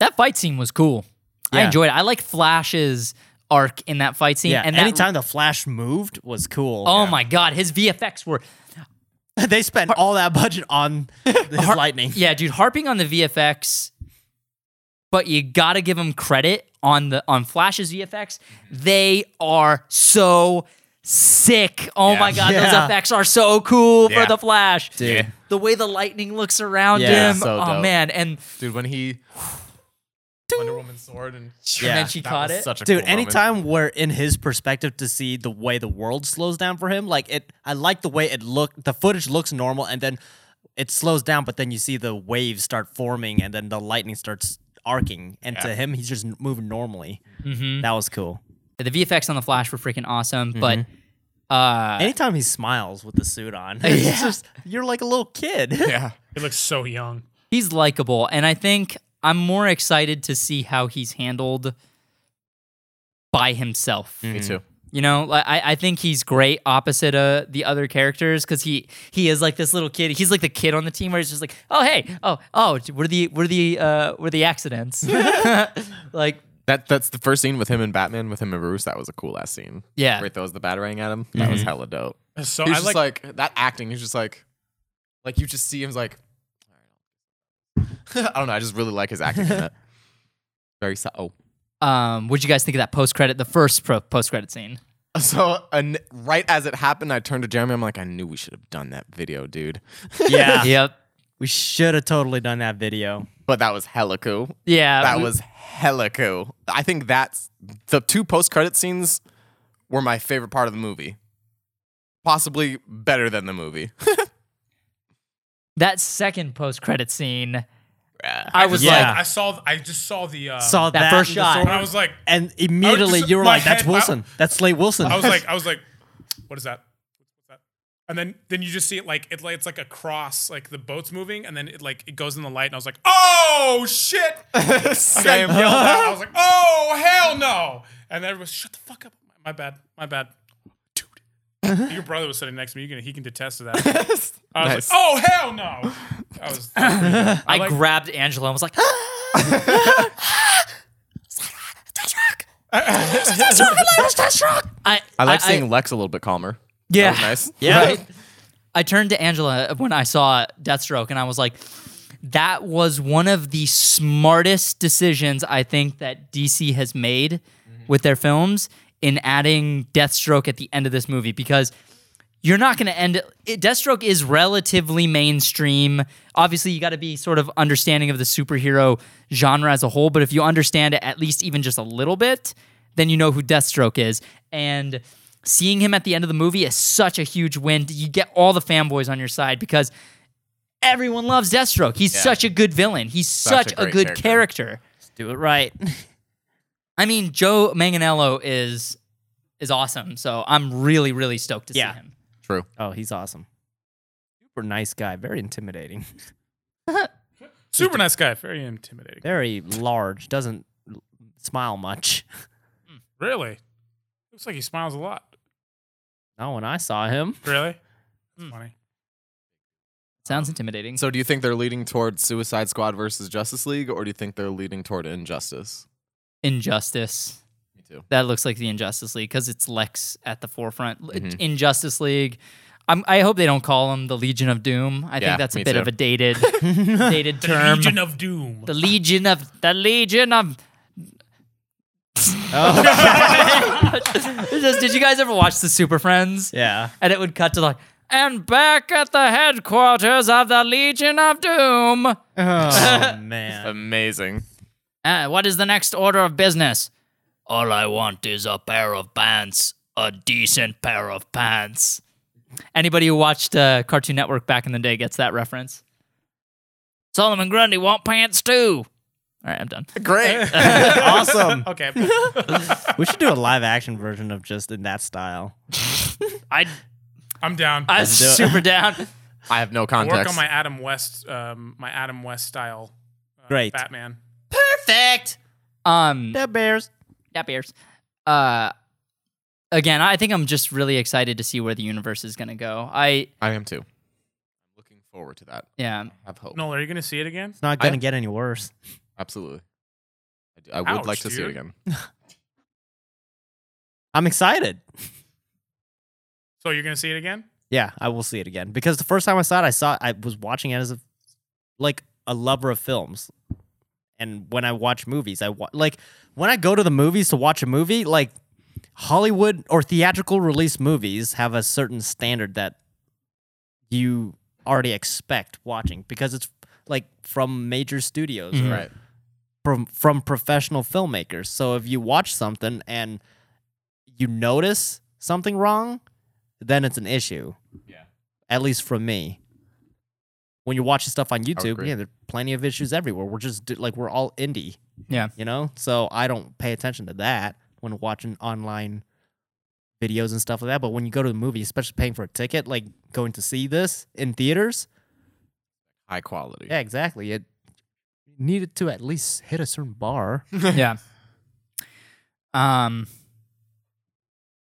Speaker 1: That fight scene was cool. I
Speaker 3: Yeah.
Speaker 1: enjoyed it. I like Flash's arc in that fight scene.
Speaker 3: Yeah,
Speaker 1: and
Speaker 3: and
Speaker 1: that,
Speaker 3: anytime the Flash moved was cool.
Speaker 1: Oh my god, his VFX were
Speaker 3: they spent all that budget on his lightning.
Speaker 1: yeah, dude. Harping on the VFX, but you gotta give him credit on the on Flash's VFX. They are so sick. Oh
Speaker 5: Yeah.
Speaker 1: my god, those
Speaker 3: Yeah.
Speaker 1: effects are so cool
Speaker 5: Yeah.
Speaker 1: for the Flash.
Speaker 5: Dude.
Speaker 1: The way the lightning looks around
Speaker 3: Yeah.
Speaker 1: him.
Speaker 5: So
Speaker 1: oh
Speaker 5: dope.
Speaker 1: man, and
Speaker 5: Dude, when he Wonder Woman's sword and
Speaker 1: and
Speaker 3: Yeah.
Speaker 1: then she
Speaker 5: That
Speaker 1: caught
Speaker 5: was
Speaker 1: it.
Speaker 5: Such a
Speaker 3: Dude,
Speaker 5: cool moment.
Speaker 3: anytime we're in his perspective to see the way the world slows down for him, like it, I like the way it looked. The footage looks normal, and then it slows down, but then you see the waves start forming, and then the lightning starts arcing. And to him, he's just moving normally. That was cool.
Speaker 1: the VFX on the Flash were freaking awesome, but.
Speaker 3: Mm-hmm.
Speaker 1: Uh,
Speaker 3: Anytime he smiles with the suit on, it's
Speaker 1: Yeah.
Speaker 3: just you're like a little kid.
Speaker 5: Yeah.
Speaker 4: He looks so young.
Speaker 1: he's likable and i think i'm more excited to see how he's handled by himself
Speaker 5: Me too.
Speaker 1: you know like, I, I think he's great opposite uh, the other characters because he he is like this little kid he's like the kid on the team where he's just like oh hey oh oh we're the we're the uh we're the accidents like
Speaker 5: That that's the first scene with him and Batman with him and Bruce. That was a cool ass scene.
Speaker 1: yeah
Speaker 5: Where he throws the batarang at him. That was hella dope.
Speaker 4: So
Speaker 5: He was
Speaker 4: I
Speaker 5: just
Speaker 4: like,
Speaker 5: Oh, like, that acting. He's just like, like you just see him he's like, I don't know. I just really like his acting. in that. Very oh. subtle.
Speaker 1: um what'd you guys think of that post credit the first pro- post credit scene
Speaker 5: So and right as it happened, I turned to Jeremy. I'm like, I knew we should have done that video, dude.
Speaker 3: yeah.
Speaker 1: yep
Speaker 3: We should have totally done that video.
Speaker 5: But that was hella cool.
Speaker 1: yeah
Speaker 5: That was hella cool. I think that's the two post credit scenes were my favorite part of the movie. Possibly better than the movie.
Speaker 1: that second post credit scene
Speaker 5: Yeah.
Speaker 1: i was
Speaker 4: just
Speaker 3: Yeah.
Speaker 4: like, I saw. I just saw the. Uh,
Speaker 3: Saw
Speaker 1: that
Speaker 3: that,
Speaker 1: first
Speaker 3: in the
Speaker 1: shot.
Speaker 4: And
Speaker 3: sword,
Speaker 4: I was like,
Speaker 3: and immediately
Speaker 4: just-
Speaker 3: you were
Speaker 4: my
Speaker 3: like, "That's
Speaker 4: head- my-
Speaker 3: Wilson. That's Slade Wilson."
Speaker 4: I was like, I was like, what is that? What's that? And then, then you just see it like it, like it's like a cross, like the boat's moving, and then it like it goes in the light, and I was like, oh shit! Like, I,
Speaker 5: Same.
Speaker 4: yelled out. I was like, oh hell no! And then was shut the fuck up. My bad, my bad, dude. Your brother was sitting next to me. You can he can detest to that. I was
Speaker 5: Nice.
Speaker 4: like, oh hell no! I was. I,
Speaker 1: I
Speaker 4: like-
Speaker 1: grabbed Angela and was like, "Ah!" I,
Speaker 5: I like seeing Lex a little bit calmer.
Speaker 1: yeah,
Speaker 5: That was nice.
Speaker 3: Yeah.
Speaker 1: I turned to Angela when I saw Deathstroke and I was like, that was one of the smartest decisions I think that DC has made with their films in adding Deathstroke at the end of this movie because you're not going to end it. it- Deathstroke is relatively mainstream. Obviously, you got to be sort of understanding of the superhero genre as a whole, but if you understand it at least even just a little bit, then you know who Deathstroke is. And seeing him at the end of the movie is such a huge win. You get all the fanboys on your side because everyone loves Deathstroke. He's such a good villain, he's such,
Speaker 5: Such
Speaker 1: a,
Speaker 5: a great
Speaker 1: good
Speaker 5: character.
Speaker 1: character.
Speaker 3: "Do it right."
Speaker 1: I mean, Joe Manganello is is awesome. So I'm really, really stoked to
Speaker 3: Yeah.
Speaker 1: see him.
Speaker 5: True.
Speaker 3: Oh, he's awesome. Super nice guy. Very intimidating.
Speaker 4: super nice guy, very intimidating.
Speaker 3: Very large. Doesn't l- smile much.
Speaker 4: Really, looks like he smiles a lot.
Speaker 3: Not when I saw him.
Speaker 4: Really, That's funny.
Speaker 1: Sounds intimidating.
Speaker 5: So do you think they're leading toward Suicide Squad versus Justice League, or do you think they're leading toward Injustice?
Speaker 1: Injustice.
Speaker 5: Me too.
Speaker 1: That looks like the Injustice League because it's Lex at the forefront. L-
Speaker 5: Mm-hmm.
Speaker 1: Injustice League. I'm, I hope they don't call him the Legion of Doom. I
Speaker 5: Yeah,
Speaker 1: think that's a
Speaker 5: me
Speaker 1: bit
Speaker 5: too.
Speaker 1: of a dated, dated term.
Speaker 4: Legion of Doom.
Speaker 1: the Legion of the Legion of.
Speaker 5: Oh.
Speaker 1: It's just, did you guys ever watch the Super Friends?
Speaker 3: Yeah.
Speaker 1: And it would cut to like and back at the headquarters of the Legion of Doom.
Speaker 3: Oh man.
Speaker 5: Amazing.
Speaker 1: Uh, what is the next order of business? All I want is a pair of pants, a decent pair of pants. Anybody who watched uh, Cartoon Network back in the day gets that reference. Solomon Grundy want pants too. All right, I'm done.
Speaker 5: Great.
Speaker 3: awesome.
Speaker 4: Okay.
Speaker 3: We should do a live action version of just in that style.
Speaker 1: I
Speaker 4: I'm down.
Speaker 1: I'm
Speaker 3: do it.
Speaker 1: super down.
Speaker 5: I have no
Speaker 4: I'll
Speaker 5: context.
Speaker 4: work on my Adam West, um, my Adam West style. uh,
Speaker 3: Great.
Speaker 4: Batman.
Speaker 1: Perfect. Um,
Speaker 3: That bears.
Speaker 1: that bears. Uh, again, I think I'm just really excited to see where the universe is gonna go. I
Speaker 5: I am too. I'm looking forward to that.
Speaker 1: yeah.
Speaker 5: I have hope.
Speaker 4: Noel, are you gonna see it again?
Speaker 3: It's not
Speaker 5: I-
Speaker 3: gonna get any worse.
Speaker 5: Absolutely. I, do- I would
Speaker 4: Ouch,
Speaker 5: like to see
Speaker 4: dude.
Speaker 5: it again.
Speaker 3: I'm excited.
Speaker 4: So you're gonna see it again?
Speaker 3: Yeah, I will see it again because the first time I saw it, I saw I was watching it as a like a lover of films. And when I watch movies, I wa- like when I go to the movies to watch a movie, like Hollywood or theatrical release movies have a certain standard that you already expect watching because it's like from major studios or
Speaker 5: Mm-hmm. Right.
Speaker 3: from from professional filmmakers. So if you watch something and you notice something wrong, then it's an issue.
Speaker 5: Yeah.
Speaker 3: At least from me. When you're watching stuff on YouTube,
Speaker 5: agree.
Speaker 3: yeah, there are plenty of issues everywhere. We're just d- like we're all indie.
Speaker 1: Yeah.
Speaker 3: You know? So I don't pay attention to that when watching online videos and stuff like that. But when you go to the movie, especially paying for a ticket, like going to see this in theaters,
Speaker 5: High quality.
Speaker 3: yeah, exactly. It needed to at least hit a certain bar.
Speaker 1: yeah. Um.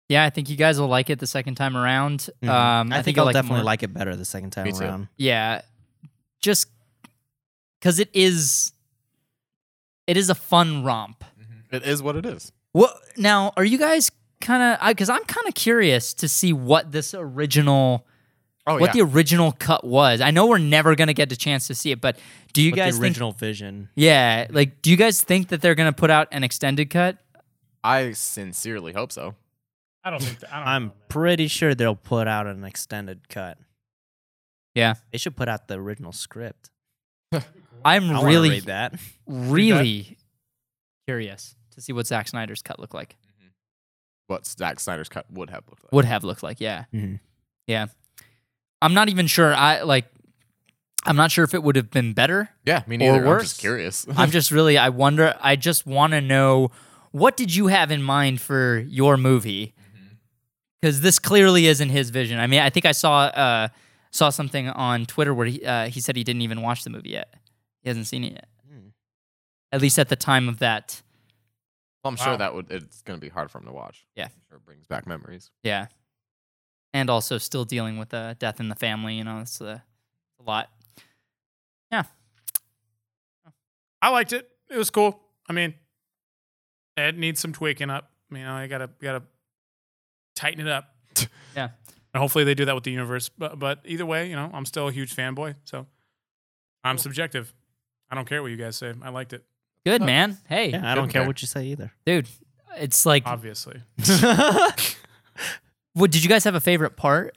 Speaker 1: Yeah, I think you guys will like it the second time around.
Speaker 3: Mhm.
Speaker 1: Um,
Speaker 3: I, think,
Speaker 1: you'll
Speaker 3: I'll definitely
Speaker 1: more-
Speaker 3: like it better the second time
Speaker 5: Me too.
Speaker 3: around.
Speaker 1: Yeah, just because it is. It is a fun romp.
Speaker 5: It is what it is.
Speaker 1: What now? Are you guys kind of? Because I'm kind of curious to see what this original,
Speaker 5: Oh
Speaker 1: what
Speaker 5: yeah.
Speaker 1: the original cut was. I know we're never gonna get the chance to see it, but do you
Speaker 3: But
Speaker 1: guys
Speaker 3: the
Speaker 1: think?
Speaker 3: original vision.
Speaker 1: Yeah, like, do you guys think that they're gonna put out an extended cut?
Speaker 5: I sincerely hope so.
Speaker 4: I don't think. That, I don't.
Speaker 3: I'm
Speaker 4: know, man.
Speaker 3: pretty sure they'll put out an extended cut.
Speaker 1: Yeah,
Speaker 3: They should put out the original script.
Speaker 1: I'm
Speaker 3: I wanna
Speaker 1: really
Speaker 3: read that.
Speaker 1: really curious to see what Zack Snyder's cut looked like.
Speaker 5: What Zack Snyder's cut would have looked like.
Speaker 1: Would have looked like, yeah.
Speaker 3: Mhm.
Speaker 1: Yeah. I'm not even sure I like I'm not sure if it would have been better.
Speaker 5: Yeah, me
Speaker 1: Or
Speaker 5: neither. I'm
Speaker 1: worse.
Speaker 5: just curious.
Speaker 1: I'm just really I wonder I just want to know what did you have in mind for your movie? Cuz this clearly isn't his vision. I mean, I think I saw uh saw something on Twitter where he uh, he said he didn't even watch the movie yet. He hasn't seen it yet. At least at the time of that
Speaker 5: I'm
Speaker 4: Wow.
Speaker 5: sure that would it's gonna be hard for him to watch.
Speaker 1: Yeah.
Speaker 5: I'm sure it brings back memories.
Speaker 1: Yeah. And also still dealing with uh, death in the family, you know, it's a, a lot.
Speaker 4: I liked it. It was cool. I mean, it needs some tweaking up. You know, I gotta gotta tighten it up.
Speaker 1: Yeah.
Speaker 4: And hopefully they do that with the universe. But but either way, you know, I'm still a huge fanboy. So I'm subjective. I don't care what you guys say. I liked it.
Speaker 1: Good, man. Hey,
Speaker 3: Yeah, I
Speaker 5: Good
Speaker 3: don't care
Speaker 5: man.
Speaker 3: what you say either.
Speaker 1: dude, it's like,
Speaker 4: Obviously,
Speaker 1: what, did you guys have a favorite part?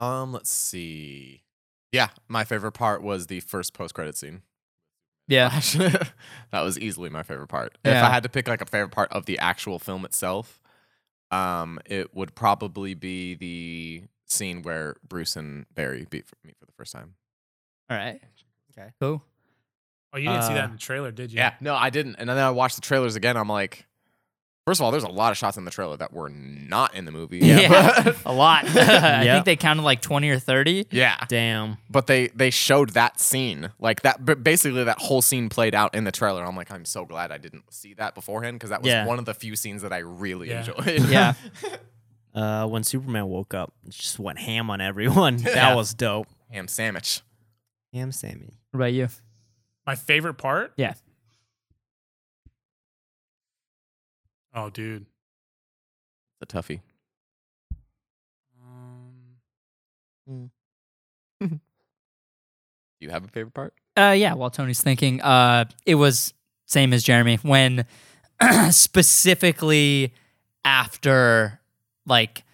Speaker 5: Um, let's see. Yeah, my favorite part was the first post credit scene.
Speaker 1: Yeah.
Speaker 5: that was easily my favorite part. If
Speaker 1: Yeah.
Speaker 5: I had to pick like a favorite part of the actual film itself, um, it would probably be the scene where Bruce and Barry beat for me for the first time.
Speaker 1: All right.
Speaker 3: Okay.
Speaker 1: Cool.
Speaker 4: Oh, you didn't see
Speaker 3: Uh,
Speaker 4: that in the trailer, did you?
Speaker 5: No, I didn't. And then I watched the trailers again. I'm like, first of all, there's a lot of shots in the trailer that were not in the movie.
Speaker 1: Yeah.
Speaker 5: but-
Speaker 1: A lot. I
Speaker 3: Yeah.
Speaker 1: think they counted like 20 or 30.
Speaker 5: yeah.
Speaker 3: Damn.
Speaker 5: But they they showed that scene. Like that but basically that whole scene played out in the trailer. I'm like, I'm so glad I didn't see that beforehand because that was
Speaker 3: Yeah.
Speaker 5: one of the few scenes that I really
Speaker 4: Yeah.
Speaker 5: enjoyed.
Speaker 1: Yeah.
Speaker 3: Uh, when Superman woke up, it just went ham on everyone. That
Speaker 5: Yeah.
Speaker 3: was dope.
Speaker 5: Ham sandwich.
Speaker 3: Ham Sammy.
Speaker 1: What about you?
Speaker 4: My favorite part.
Speaker 1: Yeah.
Speaker 4: Oh, dude.
Speaker 5: The toughie.
Speaker 4: Um,
Speaker 5: Do you have a favorite part?
Speaker 1: Uh, yeah, while Tony's thinking, uh, it was same as Jeremy when specifically after like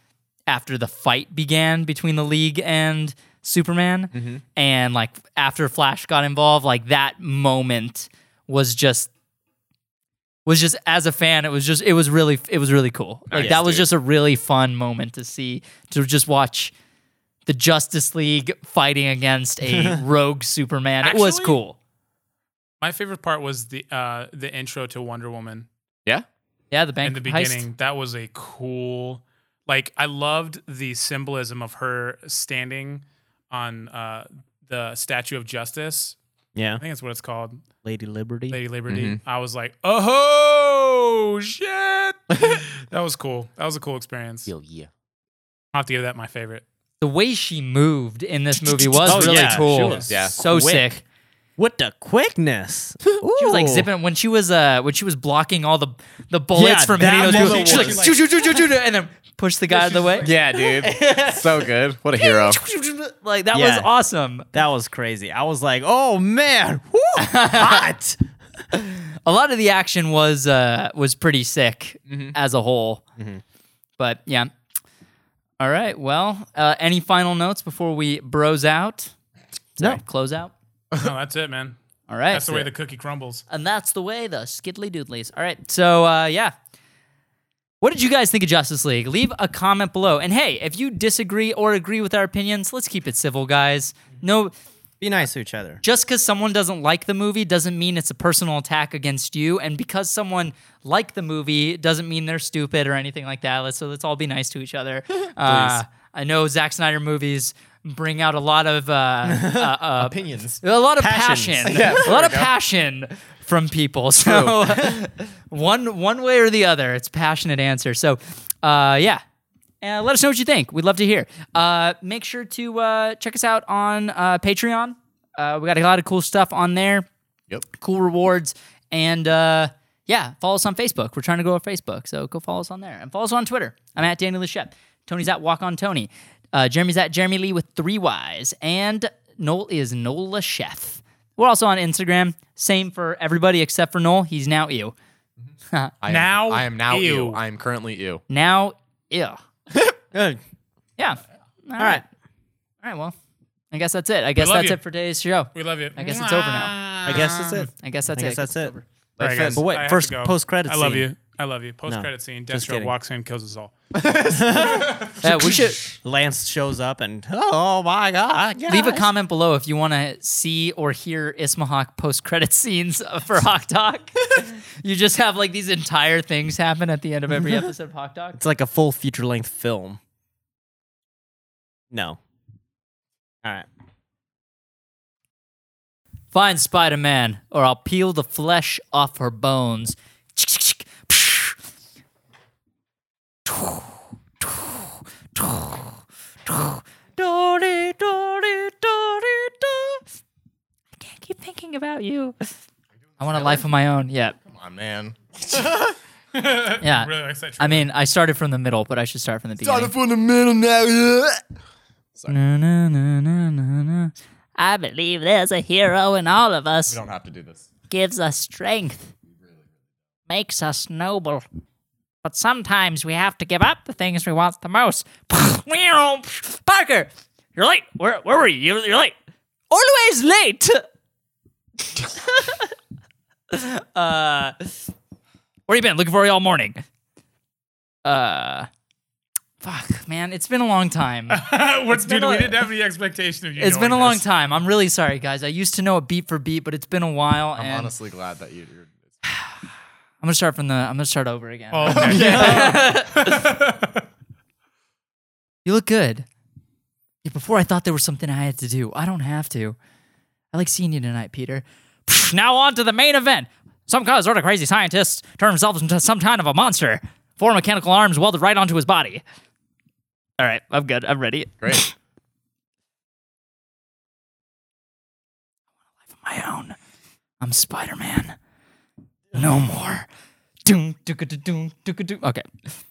Speaker 1: after the fight began between the League and Superman,
Speaker 4: Mm-hmm.
Speaker 1: and like after Flash got involved, like that moment was just was just as a fan, it was just it was really it was really cool.
Speaker 4: Oh,
Speaker 1: Like
Speaker 5: Nice,
Speaker 1: that was
Speaker 5: dude.
Speaker 1: just a really fun moment to see to just watch the Justice League fighting against a rogue Superman. it was
Speaker 4: Actually,
Speaker 1: cool.
Speaker 4: My favorite part was the uh, the intro to Wonder Woman
Speaker 5: Yeah.
Speaker 1: Yeah, the bank
Speaker 4: in the
Speaker 1: heist.
Speaker 4: beginning. That was a cool. Like I loved the symbolism of her standing on uh, the Statue of Justice.
Speaker 3: Yeah.
Speaker 4: I think that's what it's called,
Speaker 3: Lady Liberty.
Speaker 4: Lady Liberty. I was like, oh shit, that was cool. That was a cool experience. I'll
Speaker 2: yeah.
Speaker 4: have to give that my favorite.
Speaker 1: The way she moved in this movie was
Speaker 3: Oh,
Speaker 1: really
Speaker 3: yeah,
Speaker 1: cool.
Speaker 3: she was
Speaker 5: Yeah.
Speaker 1: so
Speaker 3: quick.
Speaker 1: sick.
Speaker 3: What the quickness! she
Speaker 1: She was like zipping when she was uh when she was blocking all the the bullets
Speaker 3: Yeah,
Speaker 1: from
Speaker 3: that
Speaker 1: hitting those
Speaker 3: was
Speaker 1: people.
Speaker 3: the
Speaker 1: She's like,
Speaker 4: worst.
Speaker 1: "Choo, choo, choo, choo, choo," and then push the guy out of the way.
Speaker 5: Yeah, dude. so good. What a hero.
Speaker 1: Like that
Speaker 3: Yeah.
Speaker 1: was awesome.
Speaker 3: That was crazy. I was like, oh man, woo, hot.
Speaker 1: A lot of the action was uh was pretty sick as a whole. But yeah. All right. Well, uh, any final notes before we bros out? Sorry, Close out.
Speaker 4: No, that's it, man.
Speaker 1: All right.
Speaker 4: That's the way the cookie crumbles.
Speaker 1: and that's the way the skiddly doodlies. All right, so uh, yeah. What did you guys think of Justice League? Leave a comment below. And hey, if you disagree or agree with our opinions, let's keep it civil, guys. No,
Speaker 3: Be nice to each other.
Speaker 1: just because someone doesn't like the movie doesn't mean it's a personal attack against you. And because someone liked the movie doesn't mean they're stupid or anything like that. Let's, so let's all be nice to each other. uh, I know Zack Snyder movies bring out a lot of uh,
Speaker 2: Opinions.
Speaker 1: a lot of
Speaker 3: Passions.
Speaker 1: passion. a lot of passion from people. So one one way or the other, it's passionate answer. So uh, yeah. Uh, let us know what you think. We'd love to hear. Uh, make sure to uh, check us out on uh, Patreon. Uh, we got a lot of cool stuff on there,
Speaker 5: Yep.
Speaker 1: cool rewards, and uh, yeah, follow us on Facebook. We're trying to grow our Facebook, so go follow us on there and follow us on Twitter. I'm at Daniel the Shep. Tony's at Walk on Tony. Uh, Jeremy's at Jeremy Lee with three Y's, and Noel is Nola Chef. We're also on Instagram. Same for everybody except for Noel. He's now ew.
Speaker 5: I am,
Speaker 4: Now,
Speaker 5: I am now ew.
Speaker 4: ew.
Speaker 5: I am currently ew.
Speaker 1: Now ew.
Speaker 3: Good.
Speaker 1: Yeah. All right. All right. Well, I guess that's it. I guess
Speaker 4: love
Speaker 1: that's
Speaker 4: you.
Speaker 1: it for today's show.
Speaker 4: We love you.
Speaker 1: I guess it's over now.
Speaker 3: I guess that's it.
Speaker 1: I guess that's
Speaker 3: Ah. I
Speaker 1: it.
Speaker 3: guess that's it.
Speaker 4: All right, guys,
Speaker 3: But wait,
Speaker 4: I have
Speaker 3: first
Speaker 4: to go.
Speaker 3: post-credit
Speaker 4: I love
Speaker 3: scene.
Speaker 4: you. I love you. Post credit scene. Deathstroke
Speaker 3: kidding.
Speaker 4: walks in, kills us all.
Speaker 1: Yeah, we should
Speaker 3: Uh, Lance shows up and oh my god.
Speaker 1: leave a
Speaker 3: guys."
Speaker 1: comment below if you want to see or hear Ismahawk post credit scenes uh, for Hawk Talk. you just have like these entire things happen at the end of every episode of Hawk Talk.
Speaker 3: It's like a full feature-length film. No. All right.
Speaker 1: Find Spider Man, or I'll peel the flesh off her bones. I can't keep thinking about you. I want a life of my own. Yeah.
Speaker 5: Come on, man.
Speaker 1: Yeah.
Speaker 4: Really likes that
Speaker 1: I
Speaker 4: trailer.
Speaker 1: mean, I started from the middle, but I should start from the beginning.
Speaker 5: from the middle now.
Speaker 1: Na, na, na, na, na, na. I believe there's a hero in all of us.
Speaker 5: We don't have to do this.
Speaker 1: gives us strength, makes us noble. But sometimes we have to give up the things we want the most. Parker, you're late. Where, where were you? You're, you're late. Always late. uh, where you been? Looking for you all morning. Uh, fuck, man, it's been a long time.
Speaker 4: What's, dude,
Speaker 1: been a-
Speaker 4: we didn't have any expectation of you.
Speaker 1: It's been a
Speaker 4: knowing
Speaker 1: long
Speaker 4: this.
Speaker 1: time. I'm really sorry, guys. I used to know it beat for beat, but it's been a while.
Speaker 5: I'm
Speaker 1: and
Speaker 5: honestly glad that you, you're.
Speaker 1: I'm gonna start from the. I'm gonna start over again.
Speaker 4: Oh, okay.
Speaker 1: You look good. Yeah, before I thought there was something I had to do. I don't have to. I like seeing you tonight, Peter. Now on to the main event. Some kind of sort of crazy scientist turned himself into some kind of a monster. Four mechanical arms welded right onto his body. All right, I'm good. I'm ready.
Speaker 5: Great.
Speaker 1: my own. I'm Spider Man. No more. Doom, doom, doom, doom, doom. Okay.